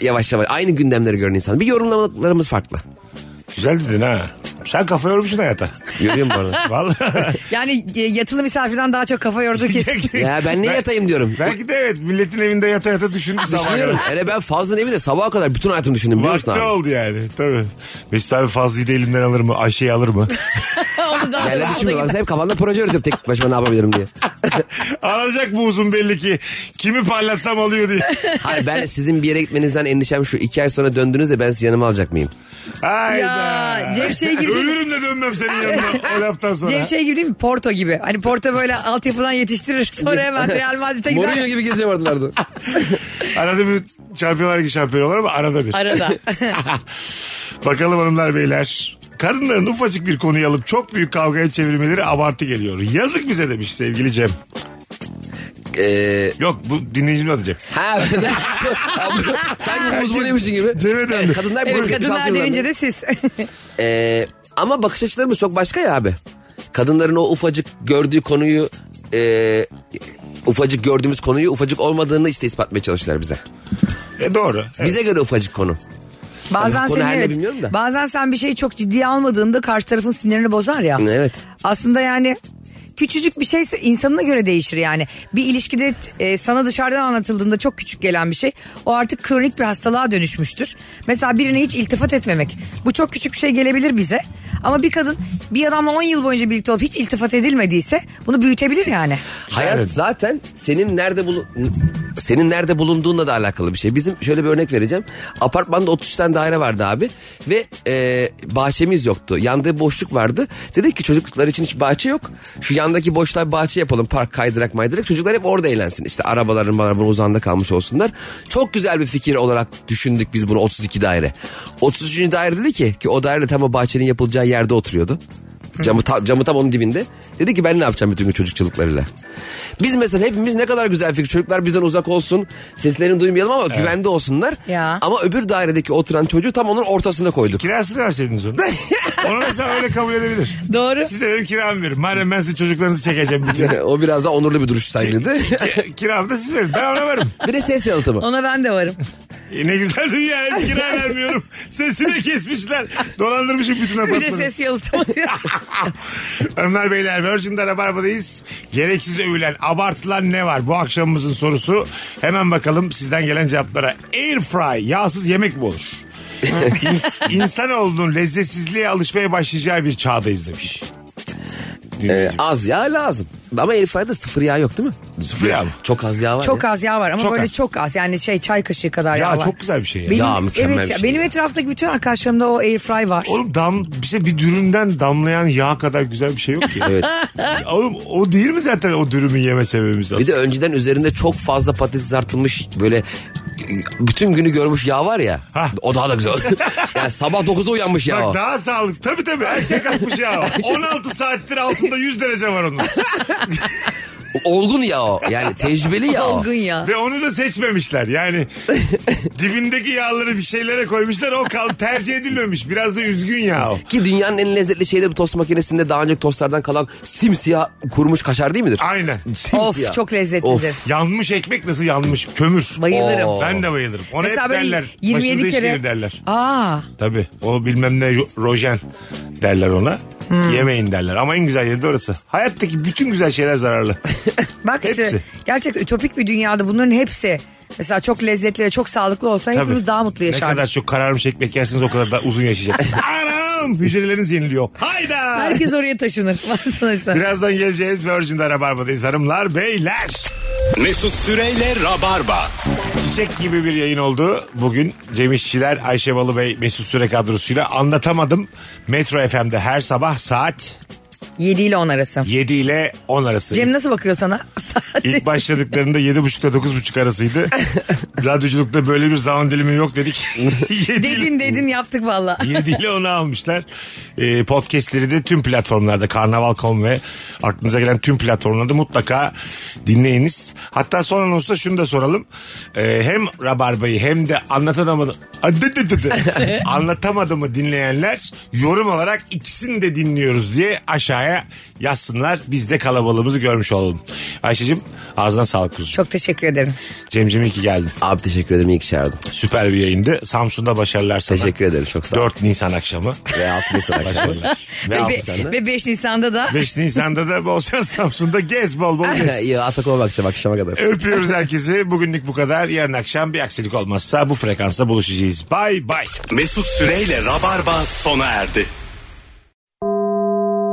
Speaker 6: Yavaş yavaş aynı gündemleri gören insan. Bir yorumlamalarımız farklı.
Speaker 4: Güzel dedin ha. Sen kafa yormuşsun hayata.
Speaker 6: Görüyor musun bu arada?
Speaker 4: Vallahi.
Speaker 5: Yani e, yatılı misafirden daha çok kafa yordu kesin.
Speaker 6: ya ben niye yatayım diyorum.
Speaker 4: Belki de evet milletin evinde yata yata düşündü sabah
Speaker 6: Düşünüyorum.
Speaker 4: kadar.
Speaker 6: Hele ben Fazlı'nın evi de sabaha kadar bütün hayatımı düşündüm biliyor musun
Speaker 4: Vakti
Speaker 6: abi?
Speaker 4: oldu yani tabii. Mesut abi Fazlı'yı da elimden alır mı? Ayşe'yi alır mı?
Speaker 5: Onu daha
Speaker 6: Yerle düşünmüyorum. Bak, Hep kafamda proje üretiyorum tek başıma ne yapabilirim diye.
Speaker 4: Alacak bu uzun belli ki. Kimi parlatsam alıyor diye.
Speaker 6: Hayır ben sizin bir yere gitmenizden endişem şu. iki ay sonra döndüğünüzde ben sizi yanıma alacak mıyım?
Speaker 4: Hayda.
Speaker 5: Ya, Cem şey gibi değil mi?
Speaker 4: Ölürüm de dönmem senin yanına o laftan sonra.
Speaker 5: Cem şey gibi değil mi? Porto gibi. Hani Porto böyle altyapıdan yetiştirir. Sonra hemen Real Madrid'e gider.
Speaker 6: Mourinho gibi geziyor vardılardı.
Speaker 5: şey-
Speaker 4: Arada bir şampiyonlar ligi şampiyonu olur ama arada bir.
Speaker 5: Arada.
Speaker 4: Bakalım hanımlar beyler. Kadınların ufacık bir konuyu alıp çok büyük kavgaya çevirmeleri abartı geliyor. Yazık bize demiş sevgili Cem.
Speaker 6: Ee,
Speaker 4: Yok bu dinleyicim adı Cem.
Speaker 6: ha ben de- Sanki uzmanıymışsın gibi.
Speaker 4: Cem'e döndü.
Speaker 6: Evet, kadınlar
Speaker 5: evet
Speaker 6: böyle
Speaker 5: kadınlar
Speaker 6: 76
Speaker 5: denince
Speaker 6: yıllarda.
Speaker 5: de siz.
Speaker 6: Ee, ama bakış açılarımız çok başka ya abi. Kadınların o ufacık gördüğü konuyu... ee, ufacık gördüğümüz konuyu ufacık olmadığını işte ispatmaya çalıştılar bize.
Speaker 4: E doğru. Evet.
Speaker 6: Bize göre ufacık konu.
Speaker 5: bazen
Speaker 6: Konu
Speaker 5: sen
Speaker 6: her ne
Speaker 5: evet,
Speaker 6: bilmiyorum da.
Speaker 5: Bazen sen bir şeyi çok ciddiye almadığında karşı tarafın sinirini bozar ya.
Speaker 6: Evet.
Speaker 5: Aslında yani küçücük bir şeyse insanına göre değişir yani. Bir ilişkide e, sana dışarıdan anlatıldığında çok küçük gelen bir şey o artık kronik bir hastalığa dönüşmüştür. Mesela birine hiç iltifat etmemek. Bu çok küçük bir şey gelebilir bize. Ama bir kadın bir adamla 10 yıl boyunca birlikte olup hiç iltifat edilmediyse bunu büyütebilir yani.
Speaker 6: Hayat
Speaker 4: Evet.
Speaker 6: zaten senin nerede bulun senin nerede bulunduğunla da alakalı bir şey. Bizim şöyle bir örnek vereceğim. Apartmanda 33 tane daire vardı abi ve e, bahçemiz yoktu. Yanda bir boşluk vardı. Dedik ki çocuklar için hiç bahçe yok. Şu yandaki boşluğa bir bahçe yapalım. Park kaydırak maydırak. Çocuklar hep orada eğlensin. İşte arabaların bunun uzağında kalmış olsunlar. Çok güzel bir fikir olarak düşündük biz bunu 32 daire. 33. daire dedi ki ki o daire de tam o bahçenin yapılacağı yerde oturuyordu. Camı, ta- camı tam onun dibinde. Dedi ki ben ne yapacağım bütün gün çocukçılıklarıyla. Biz mesela hepimiz ne kadar güzel fikir. Çocuklar bizden uzak olsun. Seslerini duymayalım ama güvende olsunlar.
Speaker 5: Ya.
Speaker 6: Ama öbür dairedeki oturan çocuğu tam onun ortasına koyduk.
Speaker 4: Kirasını verseydiniz onu. onu mesela öyle kabul edebilir.
Speaker 5: Doğru.
Speaker 4: Siz de benim kiramı verin. Madem ben sizin çocuklarınızı çekeceğim bütün.
Speaker 6: o biraz daha onurlu bir duruş sergiledi.
Speaker 4: Kiramı da siz verin. Ben ona varım.
Speaker 6: bir de ses yalıtımı.
Speaker 5: Ona ben de varım.
Speaker 4: E ne güzel dünya. Kira vermiyorum. Sesini kesmişler. Dolandırmışım bütün
Speaker 5: Bir
Speaker 4: apartmanı.
Speaker 5: de ses yalıtımı.
Speaker 4: Hanımlar beyler Virgin'de Rabarba'dayız. Gereksiz övülen, abartılan ne var? Bu akşamımızın sorusu. Hemen bakalım sizden gelen cevaplara. Air fry, yağsız yemek mi olur? İns- İnsanoğlunun lezzetsizliğe alışmaya başlayacağı bir çağdayız demiş.
Speaker 6: Ee, az yağ lazım. Ama Elif Ay'da sıfır yağ yok değil mi?
Speaker 4: Sıfır yağ mı?
Speaker 6: Çok az yağ var
Speaker 5: çok
Speaker 6: ya.
Speaker 5: az yağ var ama
Speaker 4: Çok
Speaker 5: böyle
Speaker 4: az.
Speaker 5: çok az. Yani şey çay kaşığı kadar
Speaker 4: Ya
Speaker 5: yağ var.
Speaker 4: çok güzel bir şey ya.
Speaker 5: Benim,
Speaker 6: Yağ mükemmel
Speaker 5: evet,
Speaker 6: bir
Speaker 5: ya,
Speaker 6: şey.
Speaker 5: Benim etrafımdaki bütün arkadaşlarımda o air fry var.
Speaker 4: Oğlum dam, bize bir dürümden damlayan yağ kadar güzel bir şey yok ki.
Speaker 6: Evet.
Speaker 4: Oğlum o değil mi zaten o dürümün yeme sebebimiz
Speaker 6: Bir
Speaker 4: aslında?
Speaker 6: de önceden üzerinde çok fazla patates kızartılmış böyle e, bütün günü görmüş yağ var ya.
Speaker 4: Hah.
Speaker 6: O daha da güzel. yani sabah 9'da uyanmış yağ o.
Speaker 4: Bak daha sağlıklı. Tabii tabii erkek atmış ya. 16 saattir altında 100 derece var onun.
Speaker 6: Olgun yağ o. Yani tecrübeli yağ o.
Speaker 5: Olgun ya.
Speaker 4: Ve onu da seçmemişler. Yani dibindeki yağları bir şeylere koymuşlar. O kal tercih edilmemiş. Biraz da üzgün yağ o.
Speaker 6: Ki dünyanın en lezzetli şeyi de bu tost makinesinde daha önceki tostlardan kalan simsiyah kurumuş kaşar değil midir?
Speaker 4: Aynen.
Speaker 6: Simsiyah.
Speaker 5: Of çok lezzetlidir.
Speaker 4: Yanmış ekmek nasıl yanmış? Kömür.
Speaker 5: Bayılırım.
Speaker 6: Oo.
Speaker 4: Ben de bayılırım. Ona
Speaker 5: Mesela
Speaker 4: hep
Speaker 5: böyle
Speaker 4: derler.
Speaker 5: 27
Speaker 4: Başınıza iş
Speaker 5: kere-
Speaker 4: gelir derler.
Speaker 5: Aa,
Speaker 4: Tabii. O bilmem ne ro- rojen derler ona.
Speaker 5: Hmm.
Speaker 4: Yemeyin derler. Ama en güzel yeri de orası. Hayattaki bütün güzel şeyler zararlı.
Speaker 5: bak işte
Speaker 4: Hepsi.
Speaker 5: gerçekten ütopik bir dünyada bunların hepsi mesela çok lezzetli ve çok sağlıklı olsa
Speaker 4: Tabii.
Speaker 5: hepimiz daha mutlu
Speaker 4: Ne kadar
Speaker 5: yaşardık.
Speaker 4: çok kararmış ekmek yersiniz o kadar daha uzun yaşayacaksınız. Anam! Bam! Hücreleriniz yeniliyor. Hayda!
Speaker 5: Herkes oraya taşınır. Sonuçta.
Speaker 4: Birazdan geleceğiz. Virgin'de Rabarba'dayız hanımlar beyler.
Speaker 3: Mesut Süreyle Rabarba.
Speaker 4: Çiçek gibi bir yayın oldu. Bugün Cem İşçiler, Ayşe Balıbey, Mesut Süre kadrosuyla anlatamadım. Metro FM'de her sabah saat
Speaker 5: 7 ile 10 arası.
Speaker 4: 7 ile 10 arası.
Speaker 5: Cem nasıl bakıyor sana? Saat-
Speaker 4: İlk başladıklarında 7.30'da 9.30 arasıydı. Radyoculukta böyle bir zaman dilimi yok dedik. Yedi-
Speaker 5: Dedin dedin yaptık valla.
Speaker 4: 7 ile 10'a almışlar. Ee, podcastleri de tüm platformlarda Karnaval.com ve aklınıza gelen tüm platformlarda mutlaka dinleyiniz. Hatta son anonsta şunu da soralım. Ee, hem Rabarba'yı hem de anlatamadı, Adıdıdıdı. anlatamadığımı dinleyenler yorum olarak ikisini de dinliyoruz diye aşağıya yazsınlar. Biz de kalabalığımızı görmüş olalım. Ayşe'cim ağzına sağlık kuzucuğum.
Speaker 5: Çok teşekkür ederim.
Speaker 4: Cemcim iyi ki geldin.
Speaker 6: Abi teşekkür ederim iyi ki çağırdın.
Speaker 4: Süper bir yayındı. Samsun'da başarılar sana.
Speaker 6: Teşekkır ederim çok sağ ol.
Speaker 4: 4 Nisan akşamı.
Speaker 6: Ve altını sana akşam.
Speaker 4: Başarılar. Ve
Speaker 5: Ve,
Speaker 4: altı
Speaker 5: be-
Speaker 4: sene.
Speaker 5: ve 5 Nisan'da da
Speaker 4: 5 Nisan'da da bol şans Samsun'da gez bol bol gez.
Speaker 6: İyi Atakum'a bakacağım akşama kadar.
Speaker 4: Öpüyoruz herkesi. Bugünlük bu kadar. Yarın akşam bir aksilik olmazsa bu frekansta buluşacağız. Bay bay.
Speaker 3: Mesut Süreyle Rabarba sona erdi.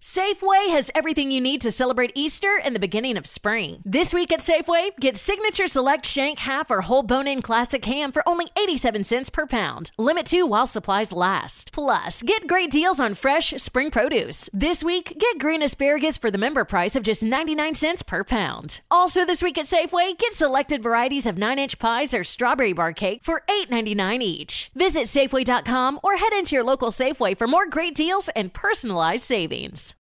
Speaker 1: Safeway has everything you need to celebrate Easter and the beginning of spring. This week at Safeway, get Signature Select Shank Half or Whole Bone In Classic Ham for only 87 cents per pound. Limit 2 while supplies last. Plus, get great deals on fresh spring produce. This week, get green asparagus for the member price of just 99 cents per pound. Also this week at Safeway, get selected varieties of 9-inch pies or strawberry bar cake for $8.99 each. Visit safeway.com or head into your local Safeway for more great deals and personalized savings.